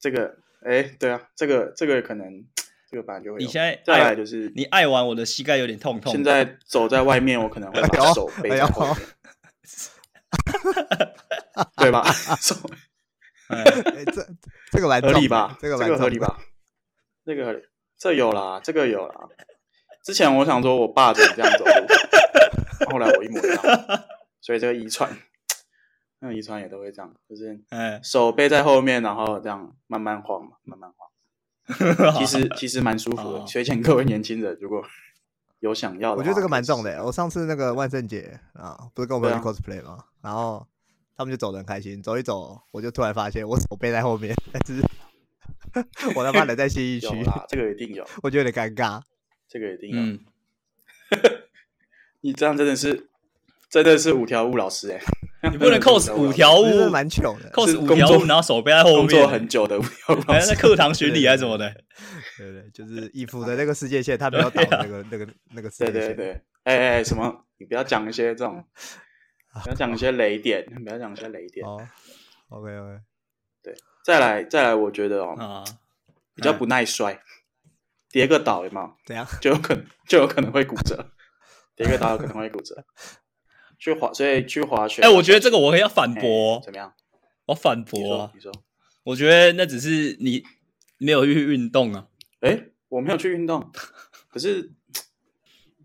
Speaker 3: 这个哎，对啊，这个这个可能这个本来就会有。
Speaker 2: 你现在
Speaker 3: 再
Speaker 2: 爱
Speaker 3: 来就是
Speaker 2: 你爱玩我的膝盖有点痛痛的。
Speaker 3: 现在走在外面，我可
Speaker 1: 哎
Speaker 3: 能会把手背在后面， 对吧？手
Speaker 2: 哎
Speaker 1: 哎，这这个蛮
Speaker 3: 合
Speaker 1: 重的
Speaker 3: 理吧？
Speaker 1: 这
Speaker 3: 个
Speaker 1: 个蛮重
Speaker 3: 合理
Speaker 1: 的？
Speaker 3: 吧？这个合理，这有啦，这个有啦。之前我想说我爸怎么这样走路，后来我一模一样，所以这个遗传，那遗传也都会这样，就是
Speaker 2: 哎，
Speaker 3: 手背在后面，然后这样慢慢晃嘛，慢慢晃。其实其实蛮舒服的，
Speaker 2: 哦
Speaker 3: 所以请各位年轻人如果有想要的话，
Speaker 1: 我觉得这个蛮重
Speaker 3: 的。
Speaker 1: 的。我上次那个万圣节啊，不是跟我朋友去
Speaker 3: 对
Speaker 1: cosplay 吗？然后他们就走的很开心，走一走，我就突然发现我手背在后面， 但是 我他妈人在新一区
Speaker 3: 有，啦，这个一定有，
Speaker 1: 我就有点尴尬。
Speaker 3: 这个一定有。
Speaker 2: 嗯，
Speaker 3: 你这样真的是，真的是五条悟老师哎、
Speaker 2: 嗯你不能 cos 五条
Speaker 3: 哦
Speaker 1: 我觉得
Speaker 2: 悟
Speaker 1: 蛮糗的，
Speaker 2: ，cos
Speaker 3: 是
Speaker 2: 五条
Speaker 3: 工
Speaker 2: 悟，
Speaker 3: 作
Speaker 2: 然后手背在后
Speaker 3: 工作
Speaker 2: 面，
Speaker 3: 很久的五条悟
Speaker 2: 好
Speaker 3: 老
Speaker 2: 像在
Speaker 3: 师，
Speaker 2: 课堂巡礼还是什么的。
Speaker 1: 对对，就是 义父的那个世界线，他没有倒那个那个那个世
Speaker 3: 对啊
Speaker 1: 界
Speaker 3: 对
Speaker 1: 线。
Speaker 3: 对，哎哎、哎什么？你不要讲一些这种，
Speaker 2: 嗯
Speaker 3: 不要讲一些雷点，不要讲一些雷点。
Speaker 1: 哦，OK OK，
Speaker 3: 再来再来，我觉得哦，
Speaker 2: 啊，
Speaker 3: 比较不耐摔，跌个倒有没有？
Speaker 1: 怎样？
Speaker 3: 就有可能就有可能会骨折，跌个倒有可能会骨折。去滑，所以去滑雪。
Speaker 2: 哎，我觉得这个我要反
Speaker 3: 哎
Speaker 2: 驳
Speaker 3: 怎，么样？
Speaker 2: 我反
Speaker 3: 你
Speaker 2: 驳
Speaker 3: 说
Speaker 2: 啊，
Speaker 3: 你说，
Speaker 2: 我觉得那只是你没有去运动啊。
Speaker 3: 哎、我没有去运动，可是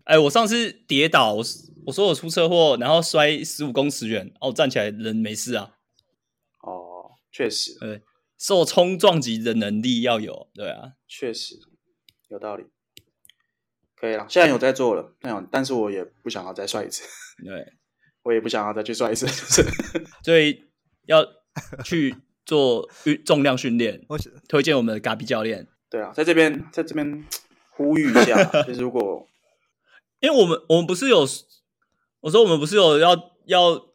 Speaker 2: 哎，我上次跌倒，我我说我出车祸，然后摔十五公尺远，哦，我站起来人没事啊。
Speaker 3: 哦，确实，
Speaker 2: 呃，受冲撞击的能力要有，对啊，
Speaker 3: 确实有道理，可以了。现在有在做了，那有，但是我也不想要再摔一次，
Speaker 2: 对，
Speaker 3: 我也不想要再去摔一次，就是
Speaker 2: 所以要去做运重量训练。
Speaker 1: 我是
Speaker 2: 推荐我们的嘎比教练，
Speaker 3: 对啊，在这边在这边呼吁一下 啊，就是如果
Speaker 2: 因为我们我们不是有，我说我们不是有要要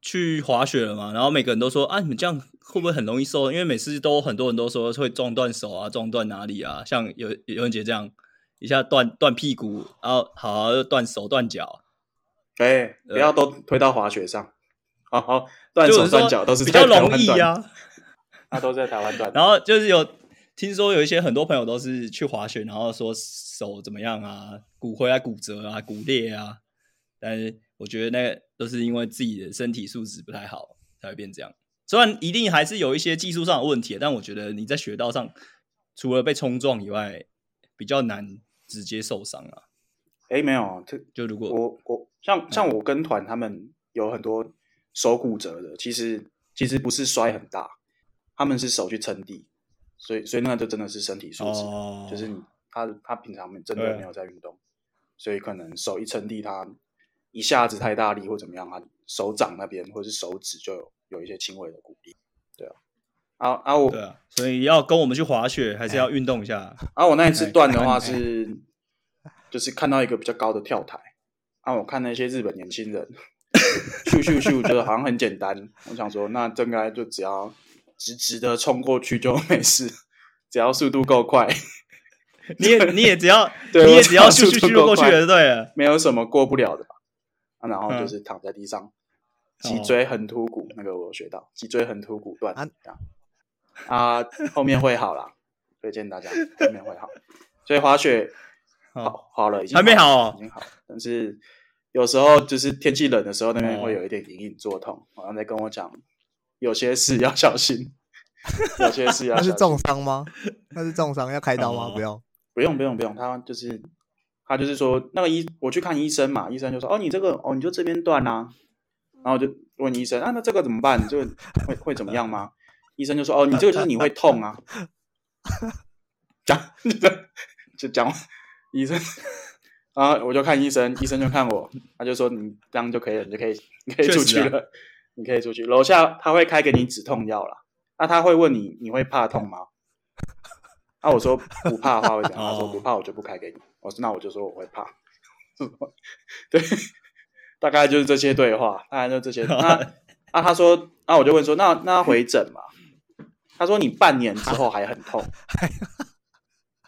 Speaker 2: 去滑雪了嘛，然后每个人都说啊，你们这样会不会很容易受？因为每次都很多人都说会撞断手啊，撞断哪里啊，像有有人姐这样一下断断屁股，然后好、啊又断手断脚，
Speaker 3: 哎、不要都推到滑雪上，好好断
Speaker 2: 啊就
Speaker 3: 手
Speaker 2: 是说
Speaker 3: 断脚都是
Speaker 2: 比
Speaker 3: 在
Speaker 2: 较
Speaker 3: 台
Speaker 2: 容
Speaker 3: 湾
Speaker 2: 易
Speaker 3: 断的，
Speaker 2: 啊。
Speaker 3: 那都是在台湾断的。
Speaker 2: 然后就是有听说有一些很多朋友都是去滑雪，然后说手怎么样啊，骨灰啊、骨折啊、骨裂啊，但是我觉得那个都是因为自己的身体素质不太好才会变这样。虽然一定还是有一些技术上的问题，啊但我觉得你在雪道上除了被冲撞以外，比较难直接受伤啊。
Speaker 3: 哎、没有，这
Speaker 2: 就如果
Speaker 3: 我我
Speaker 2: 嗯
Speaker 3: 像像我跟团，他们有很多手骨折的，其实其实不是摔很大，他们是手去撑地，所以所以那就真的是身体素质，
Speaker 2: 哦，
Speaker 3: 就是你他他平常真
Speaker 2: 对
Speaker 3: 的没有在运动，所以可能手一撑地，他一下子太大力或怎么样，他手掌那边或是手指就有有一些轻微的骨裂，对啊，啊啊我
Speaker 2: 对啊，所以要跟我们去滑雪，还是
Speaker 3: 哎
Speaker 2: 要运动一下。
Speaker 3: 啊，我那一次断的
Speaker 2: 哎
Speaker 3: 话
Speaker 2: 看
Speaker 3: 是，就是看到一个比较高的跳台，啊，我看那些日本年轻人，咻咻咻，觉得好像很简单。我想说，那这应该就只要直直的冲过去就没事，只要速度够快，
Speaker 2: 你也你也只要
Speaker 3: 对
Speaker 2: 你
Speaker 3: 我
Speaker 2: 也只要咻
Speaker 3: 只要
Speaker 2: 咻
Speaker 3: 速
Speaker 2: 咻
Speaker 3: 度
Speaker 2: 就
Speaker 3: 够
Speaker 2: 过去
Speaker 3: 快
Speaker 2: 了，对了。
Speaker 3: 没有什么过不了的吧。啊、然后
Speaker 2: 嗯
Speaker 3: 就是躺在地上，
Speaker 2: 哦
Speaker 3: 脊椎横突骨，那个我有学 到，脊椎横突骨断
Speaker 1: 啊
Speaker 3: 这样啊，后面会好啦， 推荐大家后面会好。所以滑雪
Speaker 2: 哦
Speaker 3: 好好了，已经
Speaker 2: 还没好哦
Speaker 3: 已经好了。但是有时候就是天气冷的时候，那
Speaker 2: 嗯
Speaker 3: 边会有一点隐隐作痛，好像在跟我讲有些事要小心， 有些事要
Speaker 1: 那
Speaker 3: 啊小
Speaker 1: 是
Speaker 3: 心。
Speaker 1: 重伤吗？那是重伤要开刀吗？
Speaker 2: 哦
Speaker 1: 不用，
Speaker 3: 不用不用不用，他就是他就是说那个医我去看医生嘛，医生就说哦你这个哦你就这边断啦、然后我就问医生啊那这个怎么办？这个会会怎么样吗？医生就说哦你这个就是你会痛啊，讲就讲完医生，然后我就看医生，医生就看我，他就说你这样就可以了，你就可以你可以
Speaker 2: 确实
Speaker 3: 出
Speaker 2: 啊
Speaker 3: 去了，你可以出去，楼下他会开给你止痛药啦。那他会问你你会怕痛吗？啊，我说不怕的话会怎样？他
Speaker 2: 哦
Speaker 3: 说不怕，我就不开给你。我说那我就说我会怕。 对，大概就是这些对话，大概就这些。那啊，他说，那我就问说，那那回诊嘛？他说你半年之后还很痛，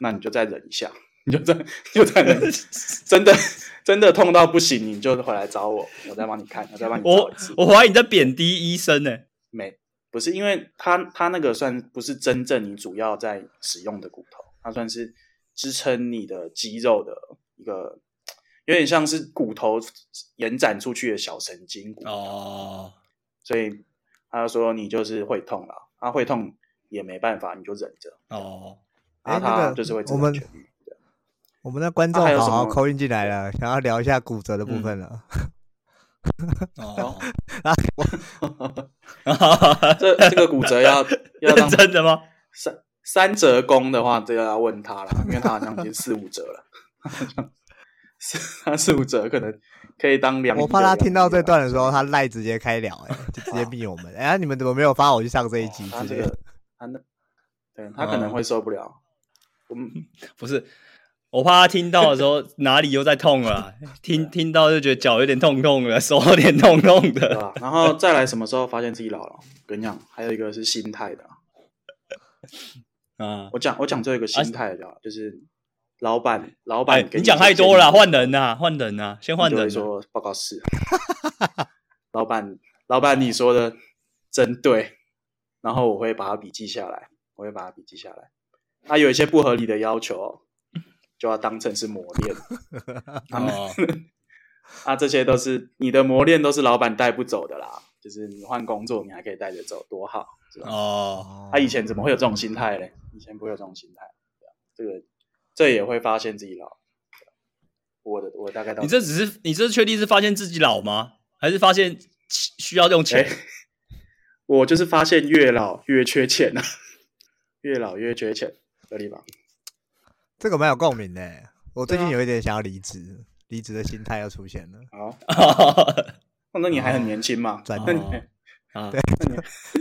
Speaker 3: 那你就再忍一下，你就再就再忍，真的真的痛到不行，你就回来找我，我再帮你看，我再帮你找
Speaker 2: 我
Speaker 3: 一 次。
Speaker 2: 我怀疑你在贬低医生呢、
Speaker 3: 没，不是因为它它那个算不是真正你主要在使用的骨头，它算是支撑你的肌肉的一个，有点像是骨头延展出去的小神经骨，
Speaker 2: 哦，
Speaker 3: 所以他就说你就是会痛了，他、会痛也没办法，你就忍着，
Speaker 2: 哦，
Speaker 3: 然
Speaker 1: 哎那
Speaker 3: 后他
Speaker 1: 个
Speaker 3: 就是会自
Speaker 1: 我
Speaker 3: 然
Speaker 1: 们
Speaker 3: 痊愈。对
Speaker 1: 我们的观众
Speaker 3: 啊还有
Speaker 1: 好
Speaker 3: 什
Speaker 1: 好
Speaker 3: 么
Speaker 1: 扣印进来了，想要聊一下骨折的部分了。
Speaker 2: 哦，
Speaker 3: 这这个骨折要要 让
Speaker 2: 真的吗？
Speaker 3: 三三折弓的话，这个要问他了，因为他好像已经四五折了， 四他四五折可能可以当两。啊
Speaker 1: 我怕他听到这段的时候，他赖直接开聊，哎，就直接密我们。哎呀，你们怎么没有发我去上这一集
Speaker 3: 哦他
Speaker 1: 之
Speaker 3: 这
Speaker 1: 类的？
Speaker 3: 个他那对他
Speaker 2: 哦
Speaker 3: 可能会受不了。我们
Speaker 2: 不是，我怕他听到的时候哪里又在痛了 啊、听听到就觉得脚有点痛痛的，手有点痛痛
Speaker 3: 对
Speaker 2: 的。
Speaker 3: 吧？然后再来什么时候发现自己老了？我跟你讲，还有一个是心态的啊。
Speaker 2: 啊，
Speaker 3: 我讲我讲最后一个心态的啊，就是老板老
Speaker 2: 哎
Speaker 3: 板，给
Speaker 2: 你讲
Speaker 3: 一些
Speaker 2: 太多了
Speaker 3: 建
Speaker 2: 啊，
Speaker 3: 议
Speaker 2: 换人呐、换人呐、先换
Speaker 3: 你就
Speaker 2: 人
Speaker 3: 会
Speaker 2: 啊、
Speaker 3: 说报告是， 老板，老板你说的真对，然后我会把它笔记下来，我会把它笔记下来。啊，有一些不合理的要求，哦就要当成是磨练。
Speaker 2: 哦，
Speaker 3: 嗯啊，这些都是你的磨练，都是老板带不走的啦。就是你换工作，你还可以带着走，多好，是吧？
Speaker 2: 哦，
Speaker 3: 他、以前怎么会有这种心态嘞？以前不会有这种心态，对啊这个这也会发现自己老。对啊我的我大概到
Speaker 2: 你这只是你这确定是发现自己老吗？还是发现需需要用钱？
Speaker 3: 哎我就是发现越老越缺钱啊， 越老越缺钱，合理吧？
Speaker 1: 这个蛮有共鸣的欸。我最近
Speaker 3: 对啊
Speaker 1: 有一点想要离职，离职的心态又出现了。
Speaker 3: 好， 哦那那你还很年轻嘛？
Speaker 1: 转
Speaker 3: 那
Speaker 1: 念
Speaker 3: 你
Speaker 2: 哦啊，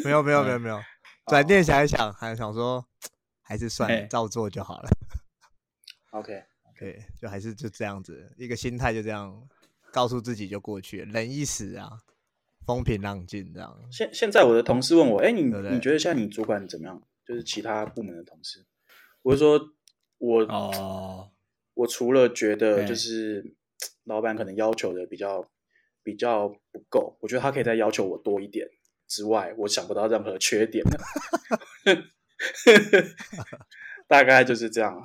Speaker 1: 没有没
Speaker 3: 嗯
Speaker 1: 有没有没有，转
Speaker 3: 哦
Speaker 1: 念想一想，还想说还是算了，
Speaker 2: 哎
Speaker 1: 照做就好了。
Speaker 3: OK，
Speaker 1: 对，就还是就这样子，一个心态就这样，告诉自己就过去了，忍一时啊，风平浪静这样。
Speaker 3: 现现在我的同事问我，哎，你
Speaker 1: 对不对
Speaker 3: 你觉得现在你主管怎么样？就是其他部门的同事，我就说我、
Speaker 2: 哦，
Speaker 3: 我除了觉得
Speaker 2: 哎
Speaker 3: 就是老板可能要求的比较比较不够，我觉得他可以再要求我多一点之外，我想不到任何缺点 了。大概就是这样啊，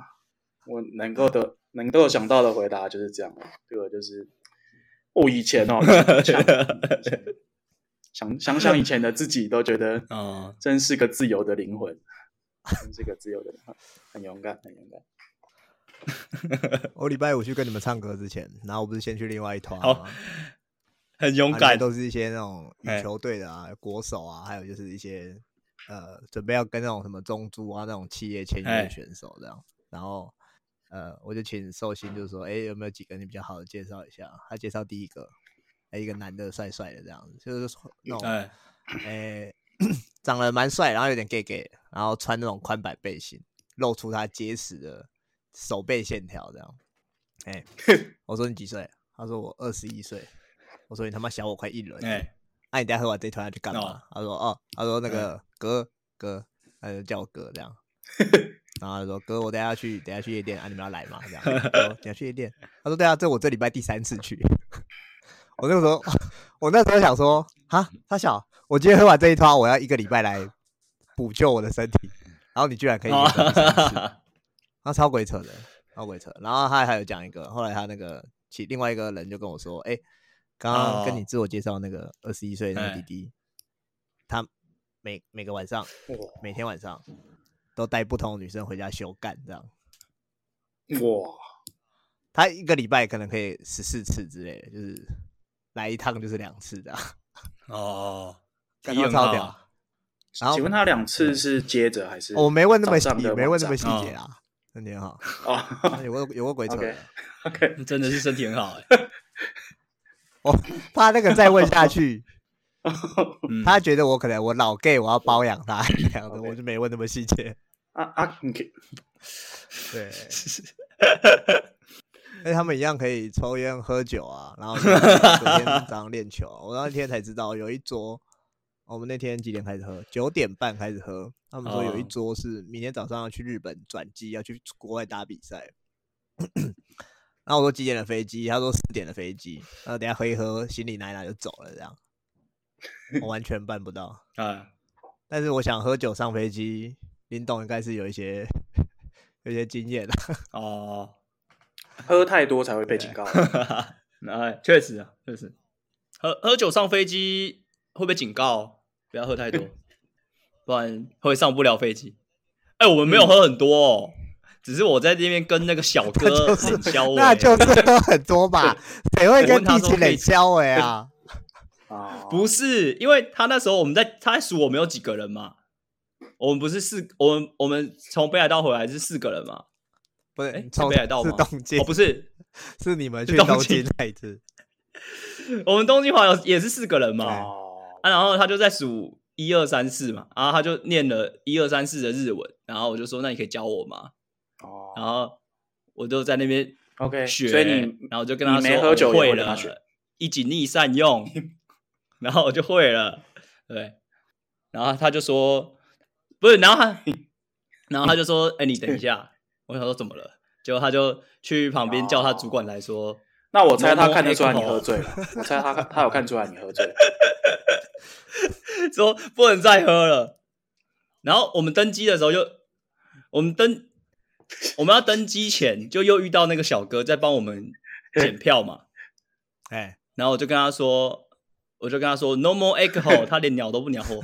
Speaker 3: 我能够的能够想到的回答就是这样了。这个就是我、以前哦， 想想想想以前的自己都觉得，
Speaker 2: 哦，
Speaker 3: 真是个自由的灵魂，真是个自由的灵魂，很勇敢，很勇敢。
Speaker 1: 我礼拜五去跟你们唱歌之前，然后我不是先去另外一团
Speaker 2: 好
Speaker 1: 吗？
Speaker 2: 很勇
Speaker 1: 啊
Speaker 2: 敢
Speaker 1: 那都是一些那种
Speaker 2: 哎
Speaker 1: 羽球队的啊、国手啊，还有就是一些呃，准备要跟那种什么中珠啊那种企业签约
Speaker 2: 哎
Speaker 1: 的选手这样。然后呃，我就请寿星就说，哎、有没有几个你比较好的介绍一下？他介绍第一个，哎、一个男的帅帅的这样子，就是说那种
Speaker 2: 哎，
Speaker 1: 诶、长得蛮帅，然后有点 gay gay，然后穿那种宽版背心，露出他结实的手背线条这样。哎、我说你几岁？他说我二十一岁，我说你他妈小我快一轮，
Speaker 2: 哎、
Speaker 1: 那、啊你等下喝完这一团要去干嘛
Speaker 2: 哦？嗯
Speaker 1: 他说哦，他说那个哥哥，他就叫我哥 这样。然后他说哥，我等下去，等下去夜店啊，你们要来吗？ 这样，我说你要去夜店？他说对啊，这我这礼拜第三次去。 我那个时候，我那时候想说，哈，他小，我今天喝完这一团，我要一个礼拜来补救我的身体，然后你居然可以连喝第三次，
Speaker 2: 哦，
Speaker 1: 他超鬼扯的，超鬼扯。然后他还有讲一个，后来他那个其另外一个人就跟我说，哎、刚刚跟你
Speaker 2: 哦
Speaker 1: 自我介绍那个二十一岁的那个弟
Speaker 2: 哎
Speaker 1: 弟，他每每个晚上
Speaker 3: 哇
Speaker 1: 每天晚上都带不同的女生回家休干，这样
Speaker 3: 哇，
Speaker 1: 他一个礼拜可能可以十四次之类的，就是来一趟就是两次的，
Speaker 2: 哦，
Speaker 1: 感
Speaker 2: 体
Speaker 1: 觉
Speaker 2: 很
Speaker 1: 超
Speaker 2: 好
Speaker 1: 屌。然后
Speaker 3: 请问他两
Speaker 2: 嗯
Speaker 3: 次是接着还是？
Speaker 1: 哦我没问那么细
Speaker 3: 早上，的
Speaker 1: 没问那么
Speaker 3: 晚
Speaker 1: 细
Speaker 2: 上
Speaker 1: 节
Speaker 2: 哦
Speaker 1: 啦，真的很好，
Speaker 3: 啊
Speaker 1: 有个有个鬼扯的
Speaker 3: OK。，OK，
Speaker 2: 真的是身体很好、欸，
Speaker 1: 我怕那个再问下 去，
Speaker 2: 嗯，
Speaker 1: 他觉得我可能我老 gay，我要包养他 这样子，
Speaker 3: OK
Speaker 1: 我就没问那么细节。
Speaker 3: 啊啊，你可以
Speaker 1: 对，哎，他们一样可以抽烟喝酒啊，然后昨天早上练球，啊我那天才知道有一桌，我们那天几点开始喝？九点半开始喝。他们说有一
Speaker 2: 哦
Speaker 1: 桌是明天早上要去日本转机，要去国外打比赛。 然后我说几点的飞机？他说四点的飞机。然后等一下喝一喝，行李拿一拿就走了，这样我完全办不到。
Speaker 2: 啊，
Speaker 1: 但是我想喝酒上飞机，林董应该是有一些 有一些经验的。啊
Speaker 2: 哦，
Speaker 3: 喝太多才会被警告。
Speaker 2: 那确实啊，确实，喝喝酒上飞机会被警告，不要喝太 多，不然会上不了飞机。哎、我们没有喝很多哦，只是我在这边跟那个小哥
Speaker 1: 那就是
Speaker 2: 冷消委
Speaker 1: 那就是喝很多 吧，谁会
Speaker 2: 我
Speaker 1: 跟
Speaker 2: 问他
Speaker 1: 地
Speaker 2: 说
Speaker 1: 勤
Speaker 2: 可
Speaker 1: 垒
Speaker 2: 以
Speaker 1: 交尾啊？
Speaker 2: 哎
Speaker 3: 啊，
Speaker 2: 不是，因为他那时候我们在他在数我们有几个人嘛，我们不是四，我们我们从北海道回来是四个人嘛，
Speaker 1: 不是
Speaker 2: 哎，
Speaker 1: 从
Speaker 2: 是北海道
Speaker 1: 是
Speaker 2: 吗
Speaker 1: 东京
Speaker 2: 哦，，不是，
Speaker 1: 是你们
Speaker 2: 是
Speaker 1: 去
Speaker 2: 东
Speaker 1: 东
Speaker 2: 京
Speaker 1: 京那一次。
Speaker 2: 我们东京环游也是四个人嘛，
Speaker 1: 对
Speaker 3: 哦，
Speaker 2: 啊，然后他就在数一二三四嘛，然后他就念了一二三四的日文，然后我就说那你可以教我吗？然
Speaker 3: 哦
Speaker 2: 后我就在那边
Speaker 3: ，OK，
Speaker 2: 学，
Speaker 3: 所以你
Speaker 2: 然后我就跟他
Speaker 3: 你
Speaker 2: 说
Speaker 3: 没喝酒
Speaker 2: 我会
Speaker 3: 也会跟他
Speaker 2: 了
Speaker 3: 学，
Speaker 2: 一己逆善 用，然后我就会了，对，然后他就说不是，然后他然后他就说哎、你等一 下，我想说怎么了？结果他就去旁边叫他主管来说，
Speaker 3: 那我猜他看得出来你喝醉了，我猜他他有看出来你喝 醉了。
Speaker 2: 说不能再喝了。然后我们登机的时候又，我们登我们要登机前 就又遇到那个小哥在帮我们检票嘛，
Speaker 1: 哎，
Speaker 2: 然后我就跟他说，我就跟他说 no more alcohol，他连鸟都不鸟 我。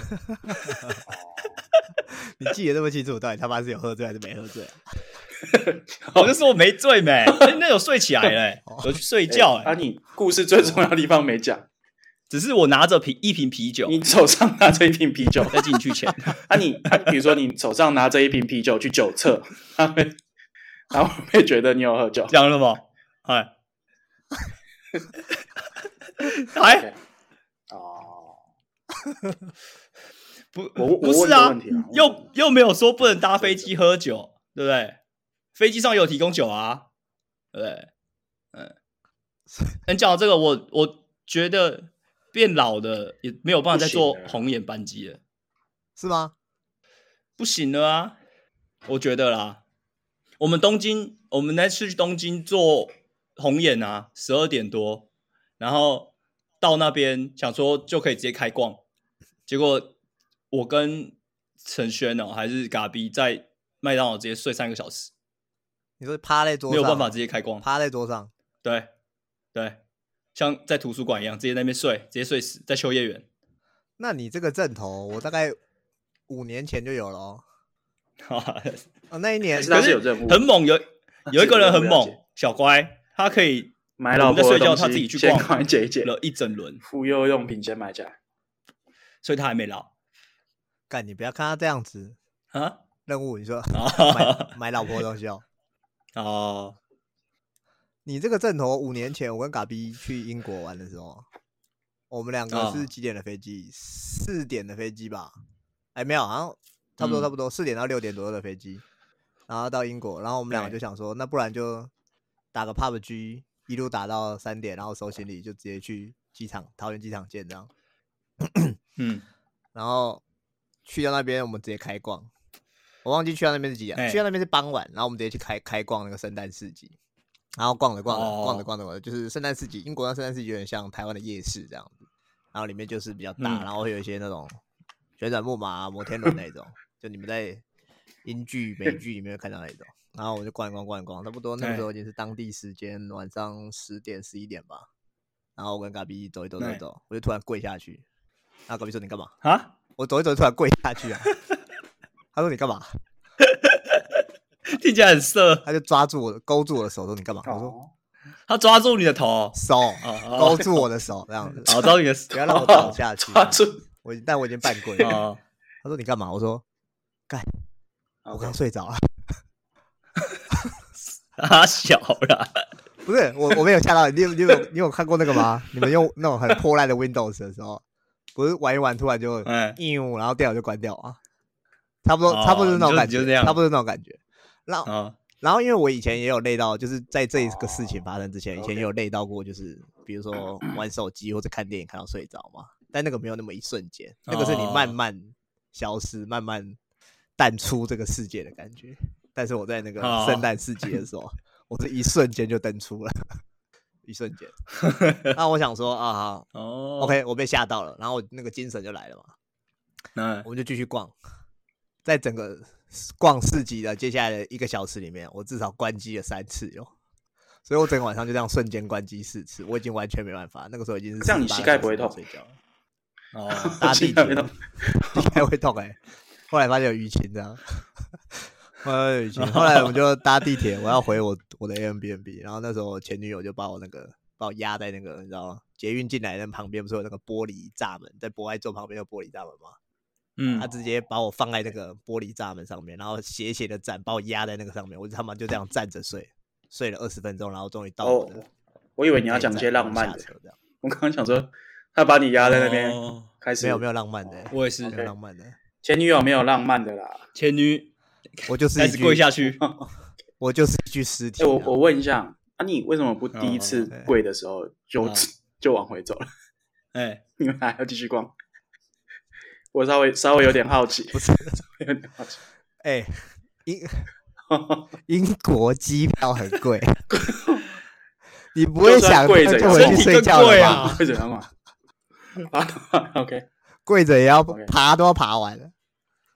Speaker 1: 你记得那么清楚，到底他妈是有喝醉还是没喝醉啊？
Speaker 2: 我就说我没醉没，哎那有睡起来了、欸，我去睡觉、
Speaker 3: 哎啊，
Speaker 2: 欸。
Speaker 3: 你故事最重要的地方没讲，
Speaker 2: 只是我拿着啤一瓶啤酒
Speaker 3: 你手上拿着一瓶啤 酒，
Speaker 2: 在进去前，
Speaker 3: 啊你，啊比如说你手上拿着一瓶啤酒去酒测， 他会他会不会觉得你有喝酒？
Speaker 2: 讲了吗？ 哎，哎，
Speaker 3: 哦，
Speaker 2: 不，
Speaker 3: 我我
Speaker 2: 不
Speaker 3: 问
Speaker 2: 是
Speaker 3: 个
Speaker 2: 啊
Speaker 3: 问题啊，
Speaker 2: 又又没有说不能搭飞机喝酒，对不对？飞机上有提供酒啊，对不对？嗯，但讲到这个，我我觉得变老的也没有办法再做
Speaker 3: 不行了啊
Speaker 2: 红眼班机了，
Speaker 1: 是吗？
Speaker 2: 不行了啊！我觉得啦，我们东京，我们那次去东京做红眼啊，十二点多，然后到那边想说就可以直接开逛，结果我跟陈轩哦，还是嘎逼在麦当劳直接睡三个小时，
Speaker 1: 你说趴在桌
Speaker 2: 没
Speaker 1: 上，
Speaker 2: 有办法直接开逛。
Speaker 1: 趴在桌上，
Speaker 2: 对，对，像在图书馆一样，直接在那边睡，直接睡死，在秋叶原。
Speaker 1: 那你这个阵头，我大概五年前就有了哦。哦，那一年
Speaker 3: 还是他是有
Speaker 2: 可
Speaker 3: 任务，
Speaker 2: 很猛，有有一个人很
Speaker 3: 了解
Speaker 2: 猛，小乖，他可以
Speaker 3: 买老
Speaker 2: 我们在
Speaker 3: 婆的
Speaker 2: 睡觉，
Speaker 3: 东西
Speaker 2: 他自己去
Speaker 3: 先
Speaker 2: 逛
Speaker 3: 赶快解一解，
Speaker 2: 了一整轮，
Speaker 3: 妇幼用品先买起来。
Speaker 2: 所以他还没老
Speaker 1: 干，你不要看他这样子。
Speaker 2: 啊。
Speaker 1: 任务，你说
Speaker 2: 哦
Speaker 1: 买 买老婆的东西哦。
Speaker 2: 哦，
Speaker 1: 你这个阵头，五年前我跟嘎逼去英国玩的时候，我们两个
Speaker 2: 啊
Speaker 1: 是几点的飞机？四、点的飞机吧？哎，没有，好像差不多，
Speaker 2: 嗯
Speaker 1: 差不多四点到六点左右的飞机，然后到英国，然后我们两个就
Speaker 2: 对
Speaker 1: 想说，那不然就打个 pub G 一路打到三点，然后收行李就直接去机场，桃园机场见这样。
Speaker 2: 嗯，
Speaker 1: 然后去到那边，我们直接开逛。我忘记去到那边是几点，
Speaker 2: 哎
Speaker 1: 去到那边是傍晚，然后我们直接去开开逛那个圣诞市集，然后逛着逛着、
Speaker 2: 哦
Speaker 1: 逛着逛着逛着，就是圣诞市集，英国的圣诞市集有点像台湾的夜市这样子，然后里面就是比较大，
Speaker 2: 嗯
Speaker 1: 然后会有一些那种旋转木马、啊、摩天轮那种，就你们在英剧、美剧里面会看到那种。然后我就逛一逛逛一逛，差不多那个时候已经
Speaker 2: 哎
Speaker 1: 是当地时间晚上十点十一点吧。然后我跟嘎比走一走走一
Speaker 2: 哎
Speaker 1: 走，我就突然跪下去。然后嘎比说：“你干嘛？”
Speaker 2: 啊，
Speaker 1: 我走一走突然跪下去啊。他说你干嘛？
Speaker 2: 听起来很色。
Speaker 1: 他就抓住我的，勾住我的手，说你干嘛？我说
Speaker 3: 哦，
Speaker 2: 他抓住你的头，
Speaker 1: 手，
Speaker 2: 哦
Speaker 1: 勾住我的手这样子，
Speaker 2: 好，抓住你的手
Speaker 1: 不要啊让我 倒下去。
Speaker 3: 抓住，
Speaker 1: 我已但我已经半跪了。
Speaker 2: 哦，
Speaker 1: 他说你干嘛？我说我刚
Speaker 3: OK
Speaker 1: 睡着了，
Speaker 2: 他小啦，
Speaker 1: 不是我我没有吓到你，你有你有你有看过那个吗？你们用那种很破烂的 Windows 的时候，不是玩一玩突然就
Speaker 2: 嗯，
Speaker 1: 硬，然后电脑就关掉啊，差不多
Speaker 2: 哦
Speaker 1: 差不多是那种
Speaker 2: 你就
Speaker 1: 感
Speaker 2: 你就
Speaker 1: 觉
Speaker 2: 这，样
Speaker 1: 差不多是那种感觉。然后
Speaker 2: 哦，
Speaker 1: 然后因为我以前也有累到，就是在这一个事情发生之前，以前
Speaker 3: OK
Speaker 2: 哦
Speaker 1: 也有累到过，就是比如 说玩手机或者看电影看到睡着嘛。但那个没有那么一瞬间，那个是
Speaker 2: 哦
Speaker 1: 你慢慢消失、慢慢淡出这个世界的感觉。但是我在那个
Speaker 2: 哦
Speaker 1: 圣诞世界的时 候，我是一瞬间就登出了，一瞬 间。那我想说啊，好
Speaker 2: 哦
Speaker 1: ，OK，我被吓到了，然后我那个精神就来了嘛。
Speaker 2: 嗯
Speaker 1: 我们就继续逛，在整个逛市集的接下来的一个小时里面，我至少关机了三次哟，所以我整个晚上就这样瞬间关机四次，我已经完全没办法，那个时候已经是
Speaker 3: 这样你
Speaker 1: 48
Speaker 3: 膝盖不会
Speaker 1: 小时没
Speaker 3: 痛
Speaker 1: 有 睡觉了，
Speaker 2: 哦，
Speaker 1: 搭地
Speaker 3: 膝盖
Speaker 1: 铁
Speaker 3: 没痛
Speaker 1: 膝盖会痛哎、后来发现有淤青这样。后来有淤青，后来我们就搭地铁，我要回我我的 a m b n b 然后那时候我前女友就把我那个把我压在那个你知道吗？捷运进来的旁边不是有那个玻璃栅门，在博爱座旁边有玻璃栅门吗？
Speaker 2: 嗯
Speaker 1: 他，直接把我放在那个玻璃栅门上面，然后斜斜的站，把我压在那个上面，我就他妈就这样站着睡，睡了二十分钟，然后终于到我
Speaker 3: 哦
Speaker 1: 的那一站。，
Speaker 3: 我以为你要讲些浪漫
Speaker 1: 然后
Speaker 3: 的
Speaker 1: 下，车这样
Speaker 3: 我刚刚想说他把你压在那边
Speaker 2: 哦
Speaker 3: 开始，
Speaker 1: 没有没有浪漫
Speaker 3: 哦
Speaker 1: 的、欸
Speaker 2: 我也是
Speaker 1: 没有浪漫的，
Speaker 3: 前女友没有浪漫的啦。
Speaker 2: 前女
Speaker 1: 我就是
Speaker 2: 开
Speaker 1: 一
Speaker 2: 始
Speaker 1: 具，
Speaker 2: 跪下去，
Speaker 1: 我就是一具尸体
Speaker 3: 哎，
Speaker 1: 啊。
Speaker 3: 我我问一下，啊，你为什么不第一次
Speaker 1: 哦
Speaker 3: 跪的时候就
Speaker 2: 哦
Speaker 3: 就往回走了？
Speaker 2: 哎，
Speaker 3: 你们还要继续逛？ 我稍微稍微有点好奇，
Speaker 1: 不是，
Speaker 3: 有点好奇。
Speaker 1: 哎、英英国机票很 贵，你不会
Speaker 3: 就算
Speaker 1: 想
Speaker 3: 跪着
Speaker 1: 就
Speaker 3: 也
Speaker 1: 回
Speaker 3: 是
Speaker 1: 去睡觉
Speaker 2: 更贵
Speaker 1: 了
Speaker 2: 啊
Speaker 1: 吧？
Speaker 3: 为什么 嘛？啊，OK，
Speaker 1: 跪着也要
Speaker 3: OK
Speaker 1: 爬都要爬完了，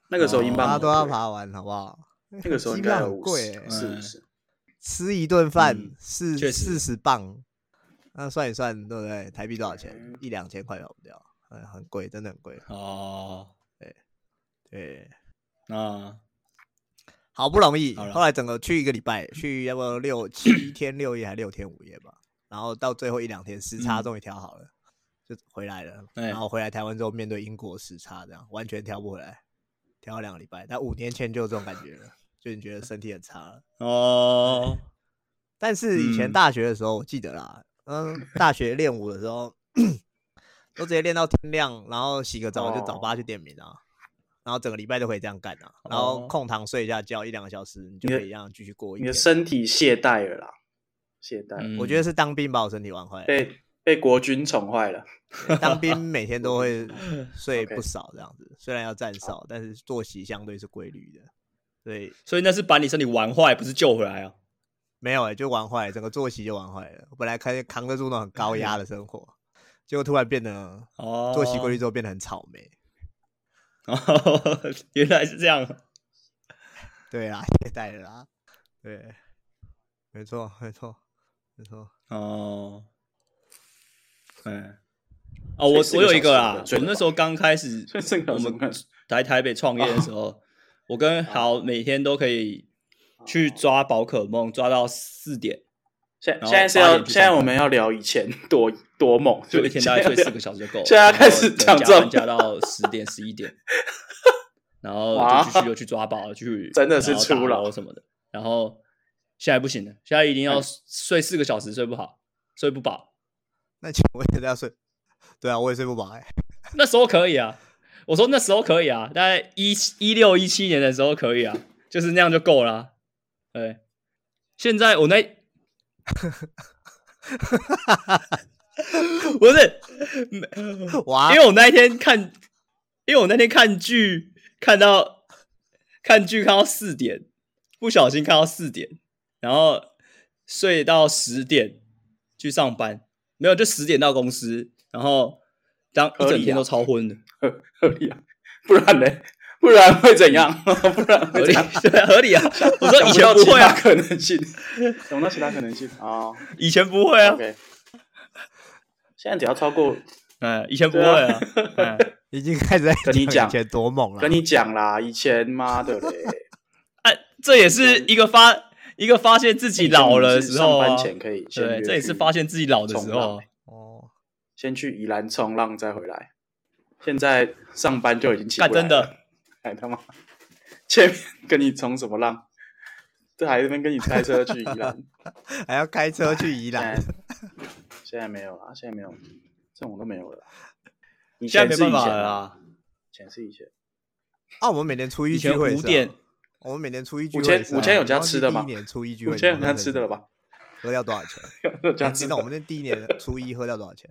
Speaker 3: 那个时候英
Speaker 2: 棒
Speaker 1: 爬
Speaker 3: 镑
Speaker 1: 都要，爬完，好不好？
Speaker 3: 那个时候
Speaker 1: 机
Speaker 3: 应
Speaker 1: 票
Speaker 3: 该有
Speaker 1: 很
Speaker 3: 五
Speaker 1: 贵
Speaker 3: 十
Speaker 1: 欸，
Speaker 3: 四
Speaker 2: 嗯
Speaker 3: 五十。
Speaker 1: 吃一顿饭
Speaker 2: 嗯
Speaker 1: 是
Speaker 2: 确实
Speaker 1: 四十磅，那算一算，对不对？台币多少钱？一两千块跑不掉，嗯，很贵，真的很贵。
Speaker 2: 哦，
Speaker 1: 对，
Speaker 2: 那
Speaker 1: 好不容易，
Speaker 2: 好了
Speaker 1: 后来整个去一个礼拜，去要不六七天六夜还六天五夜吧，然后到最后一两天时差
Speaker 2: 嗯
Speaker 1: 终于调好了，就回来了。
Speaker 2: 哎
Speaker 1: 然后回来台湾之后，面对英国时差，这样完全调不回来，调了两个礼拜。但五年前就有这种感觉了，就你觉得身体很差了。
Speaker 2: 哦，
Speaker 1: 但是以前
Speaker 2: 嗯
Speaker 1: 大学的时候，我记得啦，嗯，大学练舞的时候， 都直接练到天亮，然后洗个澡就早
Speaker 3: 哦
Speaker 1: 八去点名啊，然后整个礼拜都可以这样干啊，然后
Speaker 2: 哦
Speaker 1: 空堂睡一下觉一两个小时，你就
Speaker 3: 你
Speaker 1: 可
Speaker 3: 的
Speaker 1: 以这样继续过一
Speaker 3: 你的
Speaker 1: 天。
Speaker 3: 身体懈怠了啦，懈怠了，
Speaker 2: 嗯
Speaker 1: 我觉得是当兵把我身体玩坏了，
Speaker 3: 被被国军宠坏了。
Speaker 1: 当兵每天都会睡
Speaker 3: OK
Speaker 1: 不少这样子，虽然要站哨，但是作息相对是规律的，所以
Speaker 2: 所以那是把你身体玩坏，不是救回来啊。
Speaker 1: 没有哎、就玩坏了，整个作息就玩坏了。我本来开扛得住那种很高压的生活，结果突然变得
Speaker 2: 哦，
Speaker 1: 作息规律之后变得很草莓。
Speaker 2: 哦， 原来是这样。
Speaker 1: 对啦， 懈怠了啦。对，没错，没错，没错。
Speaker 2: 哦，嗯，哦，我
Speaker 3: 所
Speaker 2: 我
Speaker 3: 以四个
Speaker 2: 有一个
Speaker 3: 小时
Speaker 2: 啦
Speaker 3: 的，
Speaker 2: 我
Speaker 3: 睡得
Speaker 2: 那时候刚开始
Speaker 3: 所以这个
Speaker 2: 我们
Speaker 3: 看
Speaker 2: 来台北创业的时
Speaker 3: 哦
Speaker 2: 候，我跟豪每天都可以去
Speaker 3: 哦
Speaker 2: 抓宝可梦，抓到四点，
Speaker 3: 现
Speaker 2: 然后
Speaker 3: 现在是
Speaker 2: 八
Speaker 3: 要
Speaker 2: 点去
Speaker 3: 现在
Speaker 2: 上
Speaker 3: 我
Speaker 2: 班
Speaker 3: 们要聊以前 多多猛，
Speaker 2: 就一天大概睡四个
Speaker 3: 小
Speaker 2: 小时就够了。
Speaker 3: 现在开始
Speaker 2: 然后
Speaker 3: 讲这种
Speaker 2: 加班加到十点十一 点，然后
Speaker 3: 哇
Speaker 2: 就继续又去抓宝，去
Speaker 3: 真的是
Speaker 2: 然后打
Speaker 3: 初老
Speaker 2: 捞什么的。然后现在不行了，现在一定要
Speaker 3: 嗯
Speaker 2: 睡四个小时，睡不好，睡不饱。
Speaker 1: 那请问大家睡？对啊，我也睡不饱哎、
Speaker 2: 那时候可以啊，我说那时候可以啊，大概一一六一七年的时候可以啊，就是那样就够了啊、对，现在我那不是，
Speaker 1: 哇
Speaker 3: 啊
Speaker 2: 因，为我那一天看，因为我那天看剧看到看剧看到四点，不小心看到四点，然后睡到十点去上班，没有就十点到公司，然后当一
Speaker 3: 啊
Speaker 2: 整天都超昏 的，
Speaker 3: 合合理啊， 不然呢？不然会怎样？ 不然
Speaker 2: 合
Speaker 3: 会
Speaker 2: 理
Speaker 3: 怎样？
Speaker 2: 对啊合理 啊！我说以
Speaker 3: 想
Speaker 2: 前
Speaker 3: 到
Speaker 2: 不
Speaker 3: 其
Speaker 2: 会
Speaker 3: 他
Speaker 2: 啊，
Speaker 3: 可能性，想不到其他可能性 啊。
Speaker 2: 以前不会啊，
Speaker 3: OK，现在只要超过，
Speaker 2: 嗯，以前不会啊，嗯，
Speaker 1: 已经开始在
Speaker 3: 跟你
Speaker 1: 以
Speaker 3: 讲
Speaker 1: 前多猛了
Speaker 3: 跟。你讲啦，以前妈的嘞，
Speaker 2: 哎，这也是一个发一个发现自己老了的时候
Speaker 3: 上
Speaker 2: 啊
Speaker 3: 班，前可以先
Speaker 2: 对，
Speaker 3: 约
Speaker 2: 这也是
Speaker 3: 去
Speaker 2: 发现自己老的时
Speaker 3: 冲浪
Speaker 2: 候啊。
Speaker 1: 哦，
Speaker 3: 先去宜兰冲浪再回来。现在上班就已经起不来
Speaker 2: 干真
Speaker 3: 了，
Speaker 2: 的，
Speaker 3: 哎他妈，前面跟你冲什么浪？这还在那边跟你开车去宜 兰，
Speaker 1: 还要开车去宜
Speaker 3: 现在
Speaker 1: 兰，
Speaker 3: 现在没有了，现在没有，这种都没有了。以
Speaker 2: 现在没
Speaker 3: 前是以
Speaker 2: 办
Speaker 3: 前
Speaker 2: 法
Speaker 3: 啊
Speaker 2: 了啦，
Speaker 3: 以前是以前，
Speaker 1: 啊，我们每年初一
Speaker 2: 以
Speaker 1: 聚
Speaker 2: 前
Speaker 1: 会
Speaker 2: 五
Speaker 1: 是啊
Speaker 2: 点，
Speaker 1: 我们每年初一聚
Speaker 3: 五
Speaker 1: 会
Speaker 3: 千
Speaker 1: 是啊
Speaker 3: 五千有加
Speaker 1: 忘记
Speaker 3: 吃的
Speaker 1: 第一
Speaker 3: 吗
Speaker 1: 年初一聚
Speaker 3: 我
Speaker 1: 会，
Speaker 3: 现在好像吃的 了？吧？
Speaker 1: 喝掉多少钱？哎
Speaker 3: 这样吃
Speaker 1: 你
Speaker 3: 的
Speaker 1: 懂我们那第一年初一喝掉多少钱？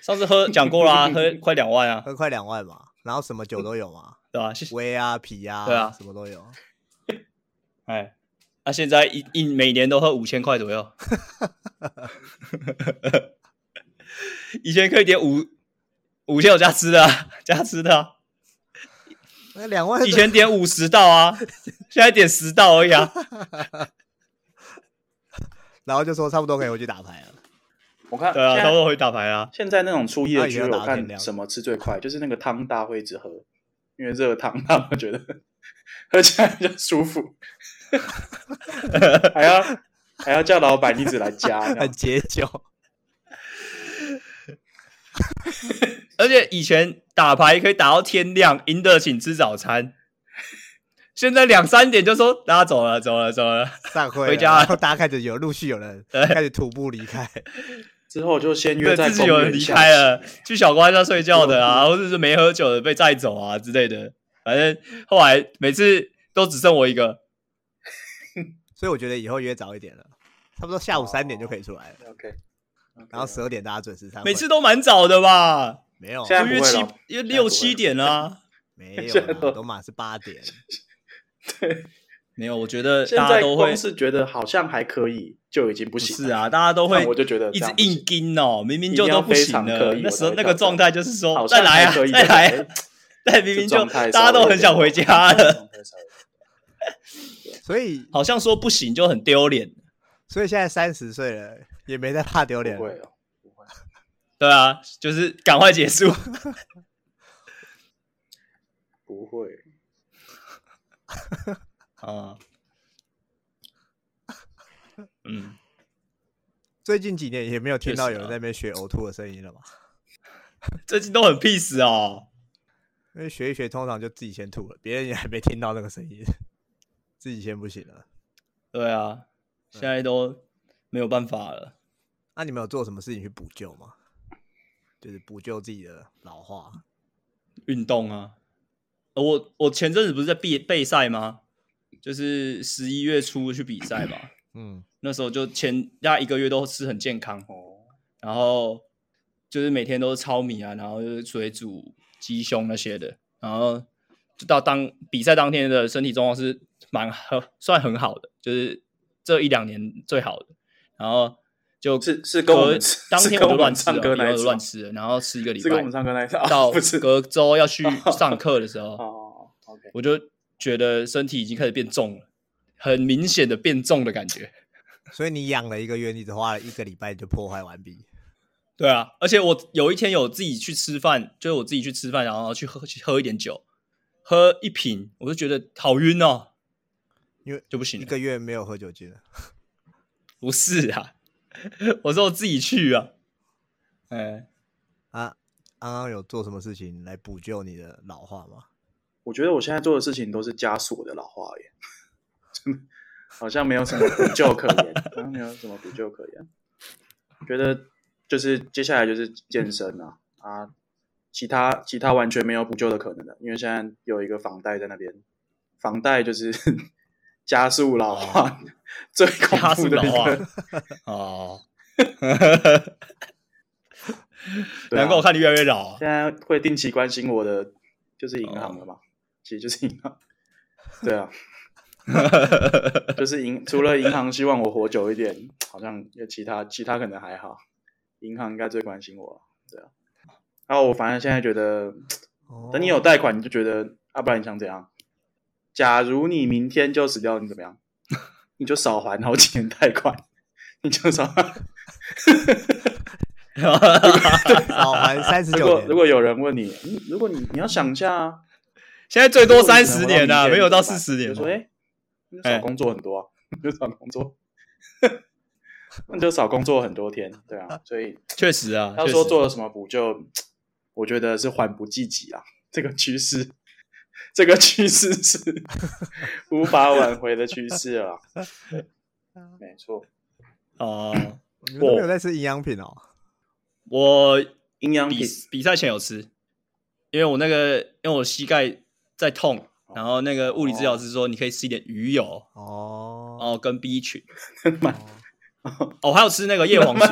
Speaker 2: 上次喝讲过 啦，喝快两万啊，
Speaker 1: 喝快两万嘛，然后什么酒都有嘛，
Speaker 2: 对吧、谢谢。
Speaker 1: 威啊、啤啊，
Speaker 2: 对啊
Speaker 1: 什么都有。
Speaker 2: 哎，那、现在一一每年都喝五千块左右， 以前可以点五五千有加吃的、啊， 加吃的、啊，
Speaker 1: 那两万
Speaker 2: 以前点五十道 啊，现在点十道而已啊，
Speaker 1: 然后就说差不多可以回去打牌了。
Speaker 3: 我看
Speaker 2: 对啊，
Speaker 3: 现
Speaker 2: 差不
Speaker 3: 在
Speaker 2: 多回打牌啦。
Speaker 3: 现在那种初一的
Speaker 2: 啊
Speaker 1: 那以
Speaker 3: 聚
Speaker 1: 前
Speaker 3: 会，
Speaker 1: 要
Speaker 3: 我
Speaker 1: 打天
Speaker 3: 看
Speaker 1: 亮
Speaker 3: 什么吃最快，就是那个汤大家会一直喝，因为热汤他们觉得喝起来比较舒服，还要还要叫老板一直来加， 这
Speaker 1: 很
Speaker 3: 样
Speaker 1: 解酒，
Speaker 2: 而且以前打牌可以打到天亮，赢得请吃早餐，现在两三点就说大家走了，走了，走了。
Speaker 1: 散会了
Speaker 2: 回家了
Speaker 1: 然后大家开始有陆续有人开始徒步离开，
Speaker 3: 之后就先约
Speaker 2: 对，
Speaker 3: 在
Speaker 2: 自
Speaker 3: 公
Speaker 2: 己有人
Speaker 3: 园
Speaker 2: 离
Speaker 3: 下
Speaker 2: 开
Speaker 3: 棋
Speaker 2: 了， 去小关家睡觉的啊，或者是没喝酒的被载走啊之类的。反正后来每次都只剩我一个，
Speaker 1: 所以我觉得以后约早一点了，差不多下午三点就可以出来了，
Speaker 3: OK，
Speaker 1: 然后十二点大家准时散会。
Speaker 2: 每次都蛮早的吧？
Speaker 1: 没有，
Speaker 3: 现在
Speaker 2: 我
Speaker 3: 不会
Speaker 2: 约七
Speaker 3: 了，
Speaker 2: 约
Speaker 3: 现在
Speaker 2: 六
Speaker 3: 不会
Speaker 2: 七
Speaker 3: 了
Speaker 2: 点啊。
Speaker 1: 没有
Speaker 3: 现在
Speaker 1: 啦，
Speaker 3: 都
Speaker 1: 都满是八点。
Speaker 2: 没有，我觉得
Speaker 3: 现
Speaker 2: 大家
Speaker 3: 在
Speaker 2: 都会
Speaker 3: 光是觉得好像还可以，就已经不
Speaker 2: 不
Speaker 3: 行
Speaker 2: 是
Speaker 3: 了，
Speaker 2: 啊，大家都会
Speaker 3: 那我就觉得
Speaker 2: 一
Speaker 3: 这
Speaker 2: 直
Speaker 3: 样不
Speaker 2: 硬
Speaker 3: 行
Speaker 2: 盯哦，明明
Speaker 3: 一
Speaker 2: 就
Speaker 3: 定
Speaker 2: 都
Speaker 3: 要
Speaker 2: 不
Speaker 3: 非
Speaker 2: 行
Speaker 3: 常
Speaker 2: 了
Speaker 3: 刻意。
Speaker 2: 那
Speaker 3: 我
Speaker 2: 时候
Speaker 3: 才
Speaker 2: 那
Speaker 3: 会
Speaker 2: 个
Speaker 3: 调
Speaker 2: 状
Speaker 3: 整
Speaker 2: 态就是说
Speaker 3: 好
Speaker 2: 再
Speaker 3: 像
Speaker 2: 来
Speaker 3: 还
Speaker 2: 啊
Speaker 3: 可，以
Speaker 2: 再来
Speaker 3: 对
Speaker 2: 啊，但明明就
Speaker 3: 状态
Speaker 2: 大家
Speaker 3: 稍
Speaker 2: 都
Speaker 3: 微
Speaker 2: 很
Speaker 3: 有
Speaker 2: 想
Speaker 3: 点
Speaker 2: 回
Speaker 3: 好
Speaker 2: 家了，
Speaker 3: 状态稍微
Speaker 1: 所以，
Speaker 2: 好像说不行就很丢脸。
Speaker 1: 所以现在三十岁了，也没在怕丢脸
Speaker 3: 不会
Speaker 1: 了。
Speaker 3: 哦，不会。
Speaker 2: 对啊，就是赶快结束。
Speaker 3: 不会，
Speaker 2: 啊， 嗯，
Speaker 1: 最近几年也没有听到有人
Speaker 2: 确实啊
Speaker 1: 在那边学呕吐的声音了吧？
Speaker 2: 最近都很 peace 哦。
Speaker 1: 因为学一学，通常就自己先吐了，别人也还没听到那个声音， 自己先不行了。
Speaker 2: 对啊，现在都没有办法了。
Speaker 1: 那、你们有做什么事情去补救吗？就是补救自己的老化。
Speaker 2: 运动啊，呃我我前阵子不是在备备赛吗？就是十一月初去比赛嘛，
Speaker 1: 嗯，
Speaker 2: 那时候就前大概一个月都吃很健康，
Speaker 3: 哦，
Speaker 2: 然后就是每天都是糙米啊，然后就是水煮鸡胸那些的，然后就到当比赛当天的身体状况是蛮好，算很好的，就是这一两年最好的。然后就是
Speaker 3: 是跟我们吃
Speaker 2: 当
Speaker 3: 是
Speaker 2: 天
Speaker 3: 跟
Speaker 2: 就
Speaker 3: 我们
Speaker 2: 乱吃
Speaker 3: 唱
Speaker 2: 了，
Speaker 3: 歌
Speaker 2: 以
Speaker 3: 那
Speaker 2: 后
Speaker 3: 一
Speaker 2: 就
Speaker 3: 次
Speaker 2: 乱
Speaker 3: 吗
Speaker 2: 吃了，然后吃一个礼
Speaker 3: 是跟我
Speaker 2: 拜
Speaker 3: 们，上课那一次，啊
Speaker 2: 到
Speaker 3: 不是
Speaker 2: 隔周要 去上课的时候，
Speaker 3: 哦，OK，
Speaker 2: 我就觉得身体已经开始变重了，很明显的变重的感觉。
Speaker 1: 所以你养了一个月，你只花了一个礼拜就破坏完毕。
Speaker 2: 对啊，而且我有一天有自己去吃饭，就是我自己去吃饭，然后去喝去喝一点酒，喝一瓶，我就觉得好晕哦，
Speaker 1: 因为
Speaker 2: 就不行
Speaker 1: 一
Speaker 2: 了。
Speaker 1: 个月没有喝酒精了，
Speaker 2: 不是啊， 我说我自己去啊，哎，
Speaker 1: 啊，刚刚有做什么事情来补救你的老化吗？
Speaker 3: 我觉得我现在做的事情都是加速我的老化耶，真的好像没有什么补救可言，好像没有什么补救可言。觉得就是接下来就是健身啊啊，其他其他完全没有补救的可能的，因为现在有一个房贷在那边，房贷就是 加速老化、最恐
Speaker 2: 哦加速
Speaker 3: 怖的
Speaker 2: 老
Speaker 3: 一
Speaker 2: 化
Speaker 3: 个
Speaker 2: 哦，
Speaker 3: 对啊
Speaker 2: 难怪我看你越来越老、啊。
Speaker 3: 现在会定期关心我的就是银行了嘛，
Speaker 2: 哦
Speaker 3: 其实就是银行。对啊，就是银除了银行希望我活久一点，好像有其他其他可能还好，银行应该最关心我了。对啊，然后我反正现在觉得，
Speaker 1: 哦
Speaker 3: 等 你有贷款，你就觉得，啊，不然你想怎样？假如你明天就死掉，你怎么样？你就少还好几年贷款， 你就少。啊
Speaker 1: 早还三十
Speaker 3: 如
Speaker 1: 九
Speaker 3: 果
Speaker 1: 年，
Speaker 3: 如果有人问你，嗯如果你你要想一下啊，
Speaker 2: 现在最多三十年
Speaker 3: 了，
Speaker 2: 啊，没有到四十年
Speaker 3: 就
Speaker 2: 嘛
Speaker 3: 说。哎，你少工作很多、啊， 你就少工作，那你就少工作很多天，对啊。所以
Speaker 2: 确实啊，
Speaker 3: 要
Speaker 2: 确
Speaker 3: 说
Speaker 2: 实
Speaker 3: 做了什么补救，我觉得是缓不济急啊，这个趋势。 这个趋势是无法挽回的趋势了 啊，对没错。
Speaker 2: 哦，
Speaker 1: 你们都没有在吃营养品哦。
Speaker 2: 我
Speaker 3: 营养
Speaker 2: 比
Speaker 3: 品
Speaker 2: 比赛前有吃，因为我那个因为我膝盖在痛，
Speaker 3: 哦
Speaker 2: 然后那个物理治疗师说你可以吃一点鱼油，然
Speaker 1: 哦，
Speaker 2: 后跟 B 群，
Speaker 1: 哦
Speaker 2: 哦，我还有吃那个叶黄素，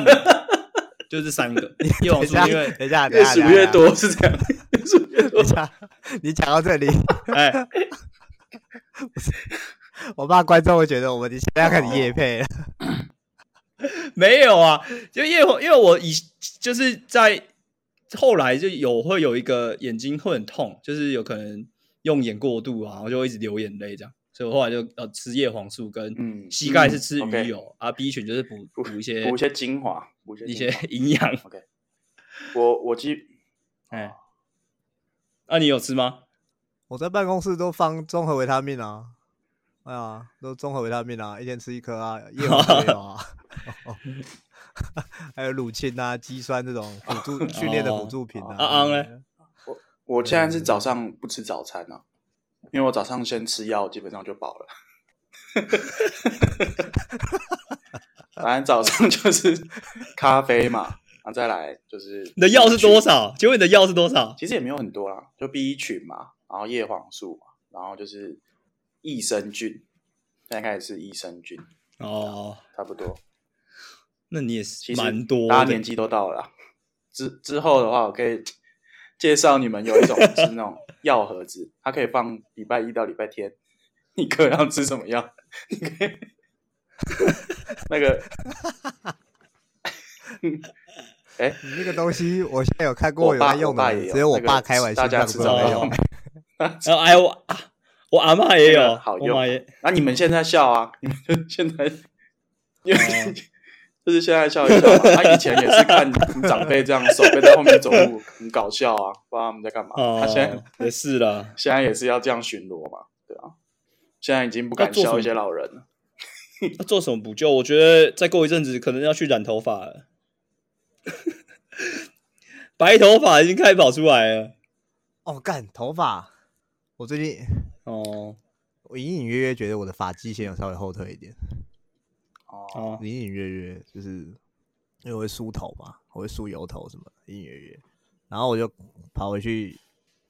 Speaker 2: 就是这三个叶黄
Speaker 1: 等一
Speaker 2: 素，
Speaker 1: 下，
Speaker 2: 因为
Speaker 1: 等一下，等
Speaker 3: 越
Speaker 1: 一下
Speaker 2: 啊
Speaker 3: 数越，多是这样，越数越
Speaker 1: 等
Speaker 3: 多
Speaker 1: 一。下，你讲到这里，
Speaker 2: 哎，
Speaker 1: 我怕观众会觉得我们你现在要开始夜配了。
Speaker 2: 没有啊，就因为我因为我以就是在后来就有会有一个眼睛会很痛，就是有可能用眼过度啊，我就会一直流眼泪这样，所以我后来就呃吃叶黄素跟
Speaker 3: 嗯
Speaker 2: 膝盖是吃鱼
Speaker 3: 嗯，OK
Speaker 2: 油、啊，B 群就是补
Speaker 3: 补
Speaker 2: 补一些
Speaker 3: 补一些精华，补一些
Speaker 2: 一些
Speaker 3: 精华
Speaker 2: 营养。
Speaker 3: OK，我我记
Speaker 2: 哎，那、你有吃吗？
Speaker 1: 我在办公室都放综合维他命啊，哎呀，都综合维他命啊，一天吃一颗啊，叶黄素也有啊，还有乳清啊、肌酸这种辅助训练的辅助品啊。
Speaker 2: 啊啊嘞
Speaker 3: 我现
Speaker 2: 嗯
Speaker 3: 在是早上不吃早餐啊，因为我早上先吃药，基本上就饱了。反正早上就是 咖啡嘛，然后再来就是
Speaker 2: 你的药是多
Speaker 3: 群？
Speaker 2: 少？请问你的药是多少？
Speaker 3: 其实也没有很多啦，就 B 群嘛，然后叶黄素嘛，然后就是益生菌，现在开始吃益生菌，
Speaker 2: 哦，
Speaker 3: 差不多。
Speaker 2: 那你也是
Speaker 3: 其实
Speaker 2: 蛮多
Speaker 3: 大家
Speaker 2: 的
Speaker 3: 年纪都到了啊。之之后的话，我可以介绍你们有一种是那种药盒子，它可以放礼拜一到礼拜天，你各要吃什么药？ 你可以那个，哎、
Speaker 1: 你那个东西，我现在有看过
Speaker 3: 我
Speaker 1: 有
Speaker 3: 爸
Speaker 1: 在用
Speaker 3: 我爸
Speaker 1: 的
Speaker 3: 也，有
Speaker 1: 只有我
Speaker 3: 那个
Speaker 1: 爸开玩笑
Speaker 3: 大家
Speaker 1: 这
Speaker 3: 知
Speaker 1: 样说
Speaker 3: 道
Speaker 1: 没
Speaker 2: 的
Speaker 1: 有
Speaker 2: 用。然哦 后哎我啊我阿妈也
Speaker 3: 这
Speaker 2: 有，
Speaker 3: 个好
Speaker 2: 我
Speaker 3: 用
Speaker 2: 妈也
Speaker 3: 那、你们现在笑啊，你们就现在，因为、
Speaker 2: 哦
Speaker 3: 就是现在笑一笑嘛。他、以前也是看长辈这样手背在后面走路，很搞笑啊，不知道他们在干嘛。
Speaker 2: 哦
Speaker 3: 他、现在。
Speaker 2: 也是啦，
Speaker 3: 现在也是要这样巡逻嘛，对啊，现在已经不敢笑一些老人了。
Speaker 2: 那做什么补救？我觉得再过一阵子可能要去染头发了，白头发已经开始跑出来了。
Speaker 1: 哦，干头发，我最近
Speaker 2: 哦
Speaker 1: 我隐隐约约觉得我的发际线有稍微后退一点，
Speaker 3: 哦，
Speaker 2: 哦，
Speaker 1: 隐隐约约就是因为我会梳头嘛，我会梳油头什么的，隐隐约约。然后我就跑回去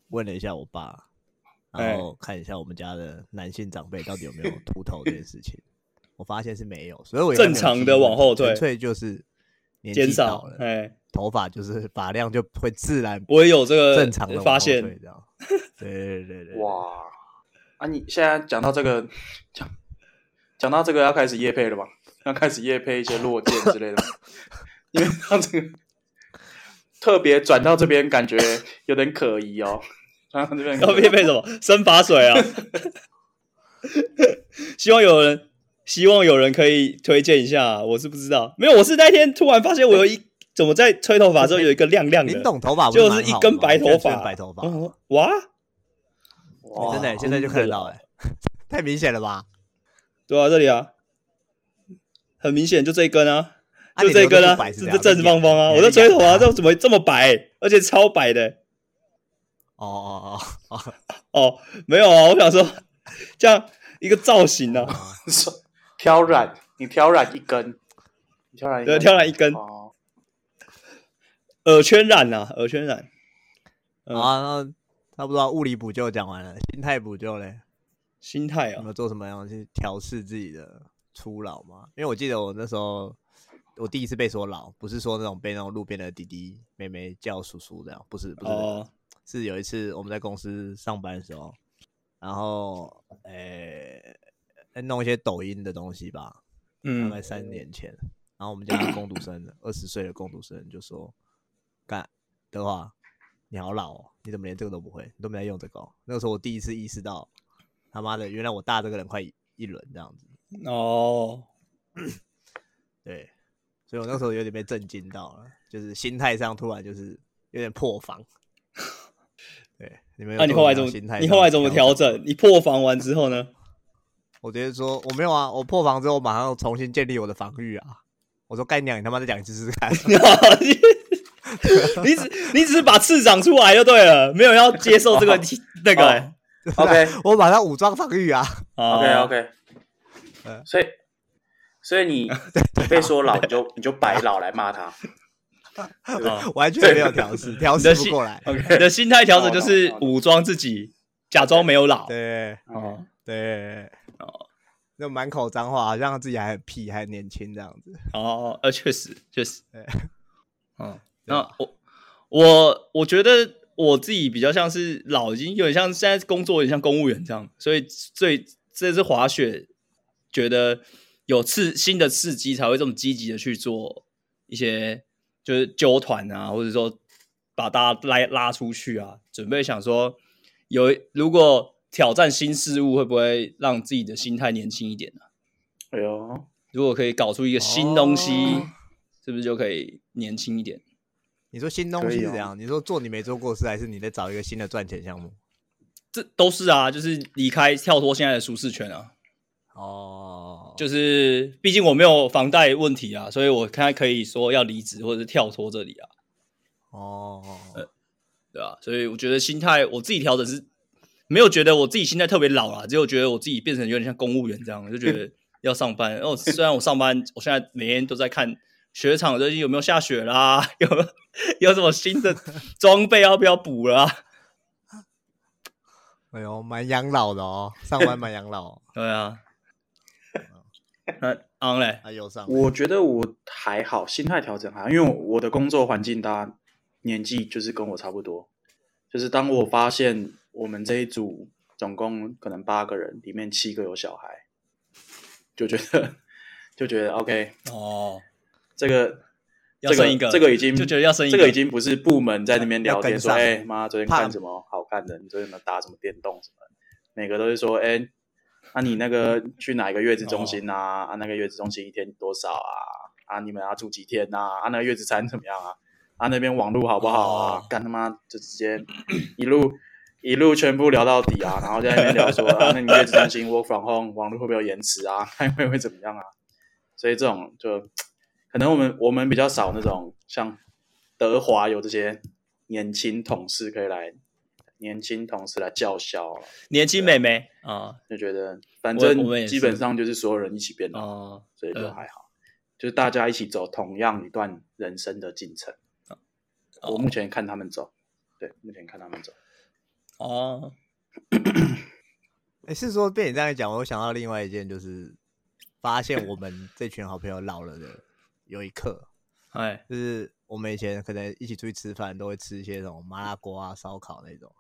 Speaker 1: 问了一下我爸，
Speaker 2: 哎
Speaker 1: 然后看一下我们家的男性长辈到底有没有秃头这件事情，我发现是没有，所以我也
Speaker 2: 正常的往后退
Speaker 1: 纯粹就是年
Speaker 2: 减
Speaker 1: 纪到
Speaker 2: 少
Speaker 1: 了，，
Speaker 2: 哎，
Speaker 1: 头发就是发量就会自然
Speaker 2: 我也有这个
Speaker 1: 正常的
Speaker 2: 发现，
Speaker 1: 这 样。对对对对，哇！
Speaker 3: 哇，啊，你现在讲到这个，讲讲到这个要开始夜配了吧？要开始夜配一些落剑之类的吗， 因为他这个特别转到这边，感觉有点可疑哦。转到这边
Speaker 2: 要配配什么生发水啊？希望有人，希望有人可以推荐一下啊、我是不知道，没有，我是那天突然发现我有一怎么在吹头发的时候有一个亮亮的，
Speaker 1: 林董头发不
Speaker 2: 就是
Speaker 1: 蛮
Speaker 2: 一
Speaker 1: 好的
Speaker 2: 根
Speaker 1: 吗
Speaker 2: 白
Speaker 1: 你现在
Speaker 2: 头
Speaker 1: 吹
Speaker 2: 发，
Speaker 1: 白头发，哎
Speaker 2: 哦哇，
Speaker 3: 哇，
Speaker 1: 真的现在就看得到哎， 太明显了吧？
Speaker 2: 对啊，这里啊，很明显就这一根啊，
Speaker 1: 啊
Speaker 2: 就
Speaker 1: 你
Speaker 2: 这一
Speaker 1: 留
Speaker 2: 根
Speaker 1: 得
Speaker 2: 啊
Speaker 1: 住白，是
Speaker 2: 这
Speaker 1: 怎
Speaker 2: 这
Speaker 1: 样
Speaker 2: 正方方啊，
Speaker 1: 你
Speaker 2: 我
Speaker 1: 是
Speaker 2: 在吹头
Speaker 1: 养
Speaker 2: 啊，
Speaker 1: 它
Speaker 2: 这怎么这么白，而且超白的、
Speaker 1: 哦哦哦哦
Speaker 2: 哦，没有啊，我想说这样一个造型呢、
Speaker 1: 哦
Speaker 2: 啊，
Speaker 1: 哦，
Speaker 3: 挑染，你挑染一根，你挑染一
Speaker 2: 对，
Speaker 3: 根，
Speaker 2: 挑染一根
Speaker 3: 哦，
Speaker 2: 耳圈染啊，耳圈染，嗯
Speaker 1: 好啊，那差不多啊物理补救讲完了，心态补救嘞，
Speaker 2: 心态
Speaker 1: 有没
Speaker 2: 啊，
Speaker 1: 有做什么样去调试自己的初老吗？因为我记得我那时候我第一次被说老，不是说那种被那种路边的弟弟妹妹叫叔叔这样，不是不是、那个
Speaker 2: 哦
Speaker 1: 是有一次我们在公司上班的时候，然后诶、在弄一些抖音的东西吧，大概
Speaker 2: 嗯，
Speaker 1: 三年前，然后我们家的工读生，二十岁的工读生就说：“干德华，你好老哦，你怎么连这个都不会？你都没在用这个、哦。”那个时候我第一次意识到，他妈的，原来我大这个人快一一轮这样子。
Speaker 2: 哦，
Speaker 1: 对，所以我那时候有点被震惊到了，就是心态上突然就是有点破防。对，你们有
Speaker 2: 那、啊你
Speaker 1: 做
Speaker 2: 后来
Speaker 1: 什
Speaker 2: 怎么
Speaker 1: 心态？
Speaker 2: 你
Speaker 1: 上
Speaker 2: 后来
Speaker 1: 的
Speaker 2: 怎么
Speaker 1: 调
Speaker 2: 调？整？你破防完之后呢？
Speaker 1: 我直接说我没有啊，我破防之后马上重新建立我的防御啊。我说干娘，你他妈再讲一次试试看。
Speaker 2: 你只你只是把刺长出来就对了，没有要接受这个
Speaker 1: 哦
Speaker 2: 那个、欸。
Speaker 3: OK
Speaker 1: 我把它武装防御啊。
Speaker 2: 哦
Speaker 3: OK OK，
Speaker 1: 嗯
Speaker 3: 所以所以 你你被说老，你就你就摆老来骂他。对不对
Speaker 2: 哦
Speaker 1: 完全没有调试，调
Speaker 2: 你的
Speaker 1: 试不
Speaker 2: 心哦
Speaker 1: 过来。
Speaker 2: OK，你的心态调整就是武装自己，假装没有老。
Speaker 1: 对
Speaker 2: 哦，
Speaker 1: 对，
Speaker 2: 哦
Speaker 1: 就满口脏话，好像自己还很屁，还很年轻这样子。
Speaker 2: 哦，呃，确实确实
Speaker 1: 对，
Speaker 2: 嗯，
Speaker 1: 对啊
Speaker 2: 那
Speaker 1: 吧
Speaker 2: 我我我觉得我自己比较像是老，已经有点像现在工作有点像公务员这样，所以最这次滑雪觉得有刺新的刺激才会这么积极的去做一些就是纠团啊，或者说把大家拉拉出去啊，准备想说有如果挑战新事物会不会让自己的心态年轻一点呢、
Speaker 3: 哎呦，
Speaker 2: 如果可以搞出一个新东西，
Speaker 1: 哦
Speaker 2: 是不是就可以年轻一点？
Speaker 1: 你说新东
Speaker 3: 可
Speaker 1: 西
Speaker 3: 以
Speaker 1: 是
Speaker 3: 哦
Speaker 1: 怎样？你说做你没做过的事，还是你在找一个新的赚钱项目？
Speaker 2: 这都是啊，就是离开跳脱现在的舒适圈啊。
Speaker 1: 哦，
Speaker 2: 就是毕竟我没有房贷问题啊，所以我看可以说要离职或者是跳脱这里啊，
Speaker 1: 哦，
Speaker 2: 呃对吧、所以我觉得心态我自己调整是没有觉得我自己心态特别老啊，只有觉得我自己变成有点像公务员这样，就觉得要上班。然后虽然我上班，我现在每天都在看雪场最近有没有下雪啦， 有没有有什么新的装备要不要补啦、
Speaker 1: 哎呦，蛮养老的哦，上班蛮养老哦
Speaker 2: 对啊，那昂嘞，
Speaker 1: 啊，有上
Speaker 3: 我觉得我还好，心态调整还好，因为我我的工作环境大家年纪就是跟我差不多，就是当我发现我们这一组总共可能八个人，里面七个有小孩，就觉得 就觉得 OK，
Speaker 2: 哦，
Speaker 3: 这个
Speaker 2: 要
Speaker 3: 这个
Speaker 2: 生一个
Speaker 3: 这个已经
Speaker 2: 就觉得要生一个
Speaker 3: 这个已经不是部门在那边聊
Speaker 1: 要
Speaker 3: 天
Speaker 1: 跟
Speaker 3: 说，
Speaker 1: 上
Speaker 3: 哎妈，昨天
Speaker 1: 怕
Speaker 3: 看什么好看的？你昨天有没有打什么电动什么的？每个都是说，哎，那、你那 个去哪一个月子中心啊？
Speaker 1: 哦
Speaker 3: 啊，那个月子中心一天多少啊？啊，你们要住几天啊？啊，那个月子餐怎么样啊？啊，那边网络好不好啊
Speaker 2: 哦？
Speaker 3: 干他妈就直接一路 一路全部聊到底啊，然后在那边聊说啊，那你月子中心 work from home 网络会不会有延迟啊？ 开会会怎么样啊？所以这种就可能我们我们比较少那种像德华有这些年轻同事可以来年轻同事来叫嚣啊，
Speaker 2: 年轻美眉啊，
Speaker 3: 就觉得反
Speaker 2: 我我们也是
Speaker 3: 正基本上就是所有人一起变老，
Speaker 2: 哦，
Speaker 3: 所以就
Speaker 2: 呃
Speaker 3: 还好，就是大家一起走同样一段人生的进程。
Speaker 2: 哦
Speaker 3: 我目前看他们走，对，目前看他们走。
Speaker 2: 哦，
Speaker 1: 哎，是说被你这样一讲，我想到另外一件，就是发现我们这群好朋友老了的有一刻，
Speaker 2: 哎，
Speaker 1: 就是我们以前可能一起出去吃饭，都会吃一些那种麻辣锅啊、烧烤那种。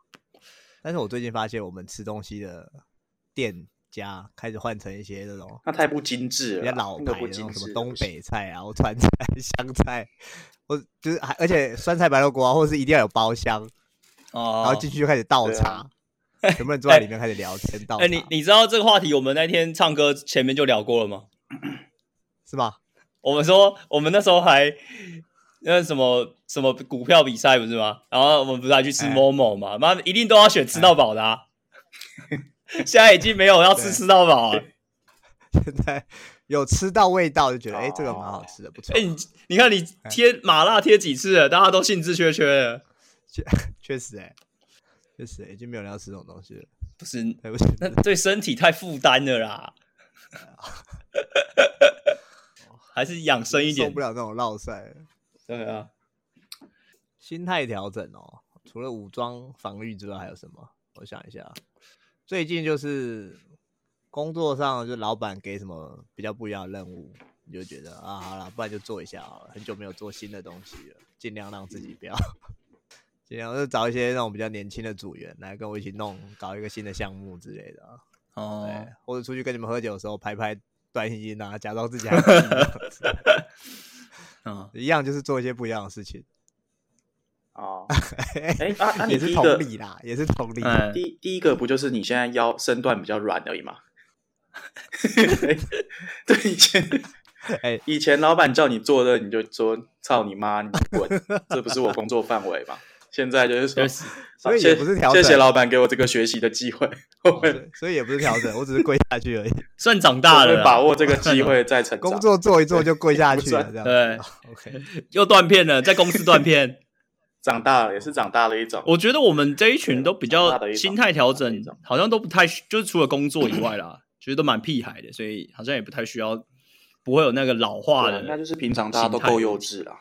Speaker 1: 但是我最近发现，我们吃东西的店家开始换成一些那种
Speaker 3: 那太不精致了
Speaker 1: 比
Speaker 3: 啦，
Speaker 1: 较老牌
Speaker 3: 啊
Speaker 1: 的
Speaker 3: 那个不
Speaker 1: 那
Speaker 3: 精
Speaker 1: 种什
Speaker 3: 致
Speaker 1: 么
Speaker 3: 了
Speaker 1: 东
Speaker 3: 不行
Speaker 1: 北菜啊、或川菜、 湘菜，或就是还而且酸菜白肉锅啊，或者是一定要有包厢，
Speaker 2: 哦，
Speaker 1: 然后进去就开始倒
Speaker 3: 对啊哎
Speaker 1: 茶， 全部人坐在里面开始聊天倒茶，
Speaker 2: 哎，你你知道这个话题，我们那天唱歌前面就聊过了吗？
Speaker 1: 是吧？
Speaker 2: 我们说，我们那时候还那什么什么股票比赛不是吗？然后我们不是还去吃
Speaker 1: 哎
Speaker 2: 某某嘛？妈的，一定都要选吃到饱的啊！
Speaker 3: 哎
Speaker 2: 现在已经没有要吃
Speaker 1: 对
Speaker 2: 吃到饱啊了。
Speaker 1: 现在有吃到味道就觉得，哎、这个蛮好
Speaker 3: 哦
Speaker 1: 吃的，不错
Speaker 2: 哎，，你你看你贴麻辣贴几次了，大家都兴致缺缺的。
Speaker 1: 确实、哎，确实、哎已经没有人要吃这种东西了，
Speaker 2: 不是，
Speaker 1: 对不起。
Speaker 2: 那对身体太负担了 啦，还是养生一
Speaker 1: 受
Speaker 2: 点
Speaker 1: 不。了那种落赛。
Speaker 2: 对啊，
Speaker 1: 心态调整哦，除了武装防御之外，还有什么？我想一下，最近就是工作上，就老板给什么比较不一样的任务，你就觉得啊，好了，不然就做一下好了。很久没有做新的东西了，尽量让自己不要，尽量就找一些那种比较年轻的组员来跟我一起弄，搞一个新的项目之类的啊。
Speaker 2: 哦
Speaker 1: 对，，或者出去跟你们喝酒的时候拍拍短影音啊，假装自己还年轻
Speaker 2: 嗯，
Speaker 1: 一样，就是做一些不一样的事情。
Speaker 3: 哦，哎，啊，那你
Speaker 1: 也
Speaker 3: 第
Speaker 1: 是
Speaker 3: 一
Speaker 1: 同
Speaker 3: 个
Speaker 1: 理啦，也是同理。
Speaker 2: 哎
Speaker 3: 第第一个不就是你现在腰身段比较软而已吗？ 对，以前
Speaker 1: 哎
Speaker 3: 以前老板叫你做的，你就说操你妈，你滚， 这不是我工作范围嘛。现在就是说
Speaker 2: 确，
Speaker 3: 啊
Speaker 2: 实
Speaker 1: 所以
Speaker 3: 谢
Speaker 1: 也不是调整
Speaker 3: 谢谢老板给我这个学习的机会， 我会
Speaker 1: 所以也不是调整，我只是跪下去而 已。
Speaker 2: 算长大
Speaker 3: 我
Speaker 2: 了
Speaker 3: 会
Speaker 2: 啦，
Speaker 3: 把握这个机会再成长。
Speaker 1: 工作做一做就跪下去了，
Speaker 3: 不算
Speaker 1: 这样子。
Speaker 2: 对
Speaker 1: OK，
Speaker 2: 又断片 了，在公司断片。
Speaker 3: 长大了也是长大了一种，
Speaker 2: 我觉得我们这一群都比
Speaker 3: 大
Speaker 2: 较
Speaker 3: 的一种
Speaker 2: 心态调
Speaker 3: 大的
Speaker 2: 整
Speaker 3: 一种，
Speaker 2: 好像都不太需，就是除了工作以外 啦，其实都蛮屁孩的，所以好像也不太需要，不会有那个老化
Speaker 3: 对啊
Speaker 2: 的
Speaker 3: 应该就是平常大家都够幼稚啦。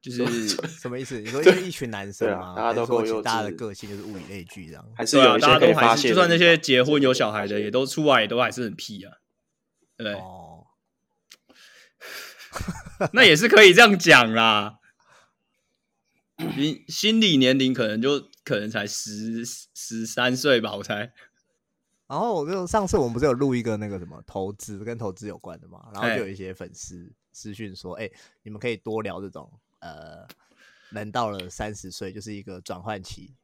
Speaker 2: 就是
Speaker 1: 什么意思？你说因为一群男生
Speaker 3: 对啊
Speaker 1: 吗？
Speaker 3: 大家
Speaker 1: 还是
Speaker 3: 都
Speaker 1: 说
Speaker 3: 够
Speaker 1: 其实
Speaker 3: 幼
Speaker 1: 大家的
Speaker 3: 稚
Speaker 1: 个性就是物以类聚这样。
Speaker 3: 还是
Speaker 2: 对
Speaker 3: 有
Speaker 2: 啊，
Speaker 3: 一
Speaker 2: 大
Speaker 3: 些
Speaker 2: 家
Speaker 3: 可以
Speaker 2: 都
Speaker 3: 发
Speaker 2: 还
Speaker 3: 泄
Speaker 2: 是就
Speaker 3: 的地方。
Speaker 2: 算那些结婚有小孩的，
Speaker 3: 这个可以发泄
Speaker 2: 也都出来也都还是很屁啊，对不
Speaker 1: 哦，
Speaker 2: 对， 那也是可以这样讲啦。 你心理年龄可能就可能才十十三岁吧，我猜。
Speaker 1: 然后我就上次我们不是有录一个那个什么投资跟投资有关的嘛，然后就
Speaker 2: 哎
Speaker 1: 有一些粉丝私讯说，哎、你们可以多聊这种呃，人到了三十岁就是一个转换期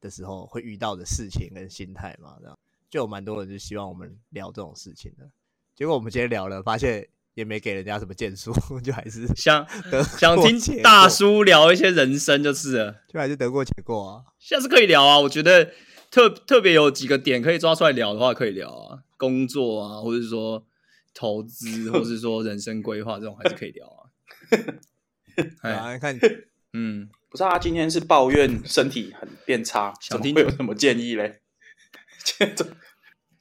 Speaker 1: 的时候会遇到的事情跟心态嘛，这样就有蛮多人就希望我们聊这种事情的。结果我们今天聊了，发现也没给人家什么建树， 就还是
Speaker 2: 想
Speaker 1: 得
Speaker 2: 想
Speaker 1: 过
Speaker 2: 听
Speaker 1: 且
Speaker 2: 大
Speaker 1: 过，
Speaker 2: 叔聊一些人生就是了，
Speaker 1: 就还是得过且过啊。
Speaker 2: 下次可以聊啊。我觉得特特别有几个点可以抓出来聊的话，可以聊啊，工作啊，或者是说投资，或者是说人生规划这种还是可以聊啊。
Speaker 1: 对
Speaker 2: 哎，
Speaker 1: 啊， 看
Speaker 2: 嗯，
Speaker 3: 不是啊，今天是抱怨身体很变差，
Speaker 2: 想
Speaker 3: 怎
Speaker 2: 听
Speaker 3: 么会有什么建议嘞？ 今天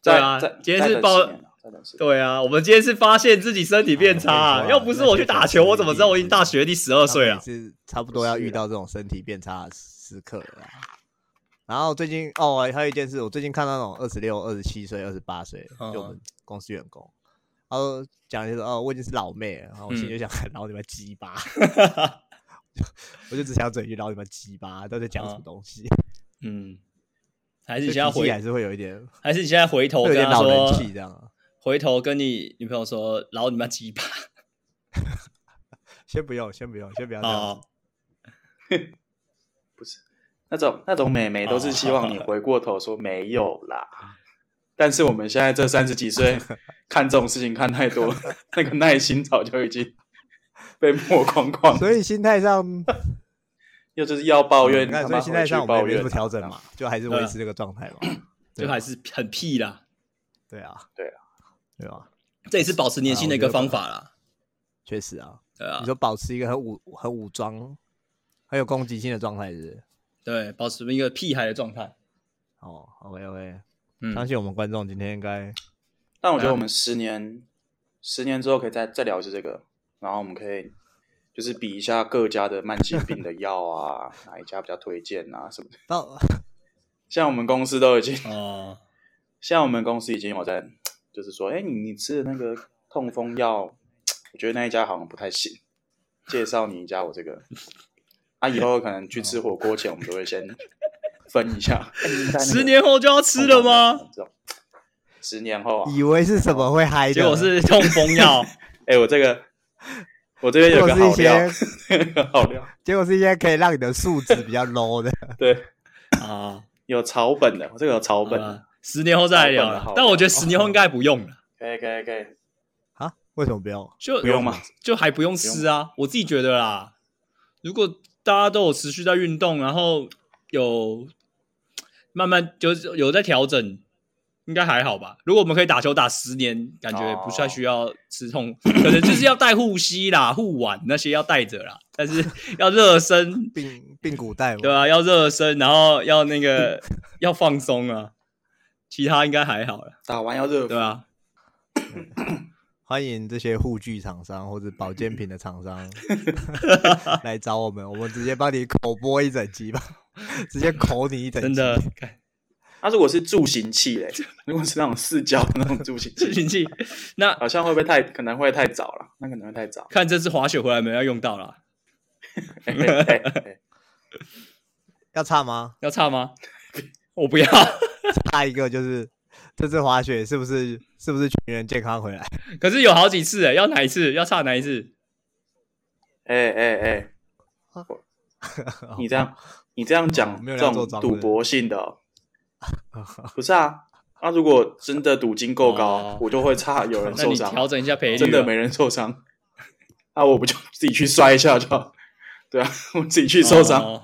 Speaker 2: 对啊
Speaker 3: 再再
Speaker 2: 今天是
Speaker 3: 再等
Speaker 2: 抱
Speaker 3: 十年啊再等十年
Speaker 2: 对啊，我们今天是发现自己身体变差、
Speaker 1: 哎我跟你说啊
Speaker 2: 要不是我去打球，我怎么知道我已经大学第十二岁啊了？
Speaker 1: 是差不多要遇到这种身体变差的时刻了啦。然后最近哦，还有一件事，我最近看到那种二十六、二十七岁、二十八岁，
Speaker 2: 嗯
Speaker 1: 就我们公司员工，然后讲一些说哦，我已经是老妹了，然后我心里就想，然后你们鸡巴，我就只想嘴去然后你们鸡巴都在讲什么东西，
Speaker 2: 嗯，还是
Speaker 1: 就
Speaker 2: 你现在
Speaker 1: 脾气
Speaker 2: 回，
Speaker 1: 还是会有一点，
Speaker 2: 还是你现在回头
Speaker 1: 会有
Speaker 2: 跟
Speaker 1: 点
Speaker 2: 他
Speaker 1: 老
Speaker 2: 说
Speaker 1: 人，气这样啊。
Speaker 2: 回头跟你女朋友说，老你妈鸡巴
Speaker 1: 先不用，先不用，先不要这样
Speaker 2: 哦
Speaker 1: 子。，
Speaker 3: 那种那种美眉都是希望你回过头说没有啦。但是我们现在这三十几岁看这种事情看太多了，那个耐心早就已经被磨光光。
Speaker 1: 所以心态上，
Speaker 3: 又就是要抱怨，
Speaker 1: 你看，
Speaker 3: 他
Speaker 1: 所
Speaker 3: 妈
Speaker 1: 以心态
Speaker 3: 回去
Speaker 1: 上我们也
Speaker 3: 抱
Speaker 1: 没什
Speaker 3: 怨
Speaker 1: 么
Speaker 3: 啊，
Speaker 1: 调整嘛，就还是
Speaker 2: 对
Speaker 1: 维
Speaker 2: 啊
Speaker 1: 持这个状态嘛。对啊
Speaker 2: 就
Speaker 1: 吧
Speaker 2: 还是很屁啦。
Speaker 1: 对啊，
Speaker 3: 对
Speaker 1: 啊，对啊，
Speaker 2: 这也是保持年轻的一个方法啦。
Speaker 1: 确实啊。
Speaker 2: 对啊
Speaker 1: 你，说保持一个很武、很武装、很有攻击性的状态是不是？
Speaker 2: 对，保持一个屁孩的状态。
Speaker 1: 哦，OK OK，相
Speaker 2: 嗯，
Speaker 1: 信我们观众今天应该
Speaker 3: 但我觉得我们十年，十年之后可以再再聊一次这个，然后我们可以就是比一下各家的慢性病的药啊，哪一家比较推荐啊什么的。
Speaker 1: 到
Speaker 3: 像我们公司都已经，
Speaker 2: 哦，
Speaker 3: 像我们公司已经有在，就是说，哎，你你吃的那个痛风药，我觉得那一家好像不太行，介绍你一家我这个。啊，以后可能去吃火锅前，我们都会先分一下。 哎你应该那个
Speaker 2: 十年后就要吃了吗？？
Speaker 3: 这种十年后啊，
Speaker 1: 以为是什么会嗨的，
Speaker 2: 结果是痛风药，
Speaker 3: 哎、我这个，我这边
Speaker 1: 结
Speaker 3: 有
Speaker 1: 果
Speaker 3: 个
Speaker 1: 是一
Speaker 3: 好料
Speaker 1: 些，，
Speaker 3: 有个好料，
Speaker 1: 结果是一些可以让你的素质比较 low 的。
Speaker 3: 对，
Speaker 2: 啊，
Speaker 3: 有草本的，我这个有草
Speaker 2: 好
Speaker 3: 本
Speaker 2: 吧
Speaker 3: 的，，
Speaker 2: 十年后再来聊
Speaker 3: 好吧好
Speaker 2: 啦
Speaker 3: 吧。
Speaker 2: 但我觉得十年后应该不用了，
Speaker 3: 可以可以可以，
Speaker 1: 啊？为什么不用？
Speaker 2: 就
Speaker 3: 不用吗？
Speaker 2: 就还不用吃啊。我自己觉得啦，如果大家都有持续在运动，然后有慢慢就是有在调整，应该还好吧。如果我们可以打球打十年，感觉不太需要吃痛，可能就是要带护膝 啦、护腕那些要带着啦，但是要热 身，
Speaker 1: 病病古代嘛，
Speaker 2: 对啊，要热身，然后要那个 要放松啊，其他应该还好了，
Speaker 3: 打完要热
Speaker 2: 对啊吧、
Speaker 3: 敷，
Speaker 1: 欢迎这些护具厂商或者保健品的厂商来找我们，我们直接帮你口播一整集吧，直接口你一整集。
Speaker 2: 真的，看
Speaker 3: 那、如果是助行器嘞，如果是那种四角的那种助行
Speaker 2: 自
Speaker 3: 器，
Speaker 2: 行器。那
Speaker 3: 好像会不会太可能会太早了？那可能会太早。哎
Speaker 2: 看这次滑雪回来没有要用到啦，
Speaker 3: 嘿嘿嘿嘿
Speaker 1: 要差吗？
Speaker 2: 要差吗？ 我不要，
Speaker 1: 差一个就是这次滑雪是不是是不是全员健康回来？
Speaker 2: 可是有好几次哎，要哪一次？要差哪一次？
Speaker 3: 哎哎哎，你这样你这样讲
Speaker 1: 没有
Speaker 3: 这
Speaker 1: 人要做
Speaker 3: 种
Speaker 1: 账
Speaker 3: 赌博性的哦、不是啊？那、如果真的赌金够高，
Speaker 2: 哦
Speaker 3: 我就会差有 人
Speaker 2: 那
Speaker 3: 受
Speaker 2: 你
Speaker 3: 伤，
Speaker 2: 调整一下赔率啊，
Speaker 3: 真的没人受伤， 那我不就自己去摔一下就好？ 对啊，我自己去受伤，
Speaker 2: 哦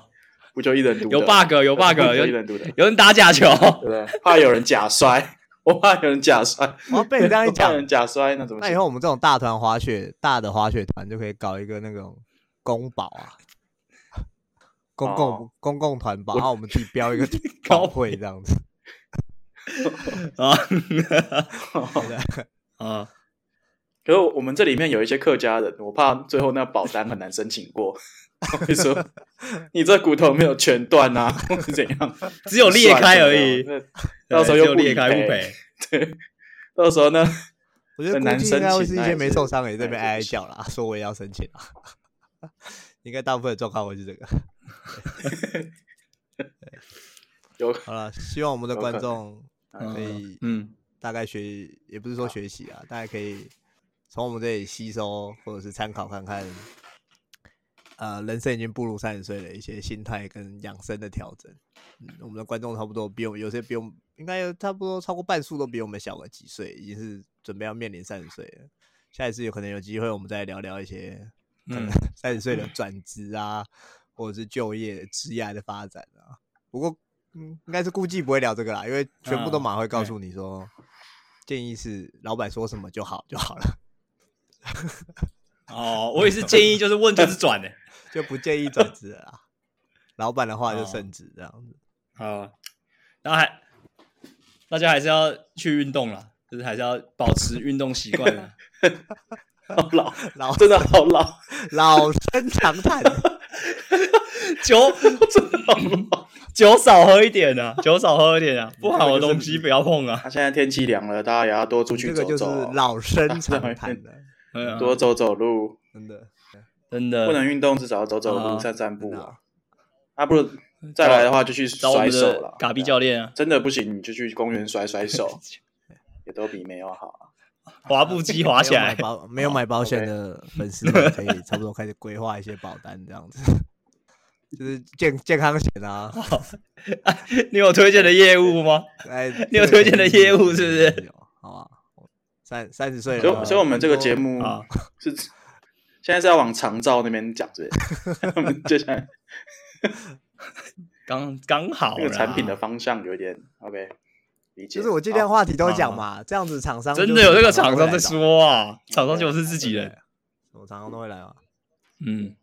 Speaker 3: 不就一人独得
Speaker 2: 有 bug 有 bug
Speaker 3: 不就
Speaker 2: 有
Speaker 3: 一人独得，对
Speaker 2: 有人打假球，
Speaker 3: 不对？怕有人假摔， 我怕有人假摔，
Speaker 1: 我要哦被你这样一
Speaker 3: 我 怕有
Speaker 1: 讲，
Speaker 3: 人假摔那怎么
Speaker 1: 那
Speaker 3: 行？
Speaker 1: 以后我们这种大团滑雪、大的滑雪团就可以搞一个那种公保啊，公共、
Speaker 3: 哦
Speaker 1: 公共团保，然后我们自己标一个保
Speaker 2: 高
Speaker 1: 会这样子。
Speaker 2: 啊啊！
Speaker 3: 可是我们这里面有一些客家人，我怕最后那保单很难申请过。 我会说 你这骨头没有全断啊， 或是怎样？
Speaker 2: 只有裂开而已，
Speaker 3: 算了。到时候
Speaker 2: 对
Speaker 3: 又
Speaker 2: 只有
Speaker 3: 不理
Speaker 2: 裂开
Speaker 3: 赔
Speaker 2: 不赔。
Speaker 3: 到时候呢，
Speaker 1: 我觉得
Speaker 3: 很
Speaker 1: 估
Speaker 3: 难
Speaker 1: 计应
Speaker 3: 申
Speaker 1: 该会
Speaker 3: 请
Speaker 1: 是一
Speaker 3: 那
Speaker 1: 些
Speaker 3: 也
Speaker 1: 没
Speaker 3: 是
Speaker 1: 受伤的也在
Speaker 3: 那
Speaker 1: 那边
Speaker 3: 也是
Speaker 1: 哀哀
Speaker 3: 不行
Speaker 1: 叫啦，说我也要申请啊。 应该大部分的状况会是这个。
Speaker 3: 有
Speaker 1: 好了，希望我们的
Speaker 3: 有可
Speaker 1: 观
Speaker 3: 能
Speaker 1: 众
Speaker 3: 哎
Speaker 2: 嗯
Speaker 1: 可以
Speaker 2: 嗯，
Speaker 1: 大概学，也不是说学习啊，大家可以从我们这里吸收或者是参考看看，呃，人生已经步入三十岁了，一些心态跟养生的调整。嗯，我们的观众差不多比我们有些比我们应该有差不多超过半数都比我们小个几岁，已经是准备要面临三十岁了。下一次有可能有机会，我们再聊聊一些
Speaker 2: 嗯，
Speaker 1: 三十岁的转职啊，或者是就业、职业的发展啊。不过，嗯，应该是估计不会聊这个啦，因为全
Speaker 2: 嗯
Speaker 1: 部都马会告诉你说，建议是老板说什么就好就好了，
Speaker 2: 哦，我也是建议，就是问就是转欸的。
Speaker 1: 就不建议转职了啦。老板的话就
Speaker 2: 哦
Speaker 1: 升职这样子。
Speaker 2: 好，然后还大家还是要去运动啦，就是还是要保持运动习惯啊啦。
Speaker 3: 好老，
Speaker 1: 老
Speaker 3: 真的好老，
Speaker 1: 老生常谈，
Speaker 2: 酒
Speaker 3: 真的好老。
Speaker 2: 酒少喝一点啊，酒少喝一点啊，不好的
Speaker 1: 这个就是
Speaker 2: 东西不要碰啊。
Speaker 3: 那、现在天气凉了，大家也要多出去
Speaker 1: 这
Speaker 3: 走
Speaker 1: 个就是
Speaker 3: 走哦，
Speaker 1: 老 生常谈了，
Speaker 2: 对啊
Speaker 3: 多走走路。
Speaker 1: 真的。
Speaker 2: 真
Speaker 3: 不
Speaker 2: 的
Speaker 3: 能运动，至少要走走
Speaker 2: 呃啊
Speaker 3: 路、散散步
Speaker 1: 真的
Speaker 3: 啊。啊，不如再来的话就去
Speaker 2: 找我
Speaker 3: 甩
Speaker 2: 们
Speaker 3: 手
Speaker 2: 的
Speaker 3: 了。
Speaker 2: 嘎逼
Speaker 3: 对啊
Speaker 2: 教练啊，
Speaker 3: 真的不行，你就去公园甩 甩手，也都比没有好啊。
Speaker 2: 滑步机滑起来
Speaker 1: 没有买。
Speaker 2: 哦
Speaker 1: 保没有买保险的粉丝们可以差不多开始规划一些保单这样子，就是健健康险啊，
Speaker 2: 你有推荐的业务吗？
Speaker 1: 哎，
Speaker 2: 你有推荐的业务是不是
Speaker 1: 有？好吧，三三十岁了，
Speaker 3: 所以，所以我们这个节
Speaker 1: 目
Speaker 3: 目
Speaker 2: 啊
Speaker 3: 是现在是要往长照那边讲，是不 是？我们接下来
Speaker 2: 刚刚好
Speaker 3: 这个产品的
Speaker 2: 啦
Speaker 3: 方向有点 OK，理解。
Speaker 1: 就是我尽量
Speaker 3: 好
Speaker 1: 话题都讲嘛，这样子厂商
Speaker 2: 哦真的有这个厂
Speaker 1: 商
Speaker 2: 商在说啊，厂商就是自
Speaker 1: 自
Speaker 2: 己人。，
Speaker 1: 我厂商都会来哦嘛，
Speaker 2: 嗯，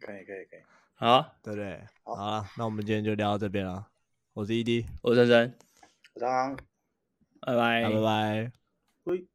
Speaker 3: 可以可以可以，
Speaker 2: 好，
Speaker 1: 对不对？
Speaker 3: 好
Speaker 1: 好了，那我们今天就聊到这边了，我是 E ED，
Speaker 2: 我是真真，
Speaker 3: 我刚刚
Speaker 2: 拜拜，
Speaker 1: 那拜拜。
Speaker 3: 喂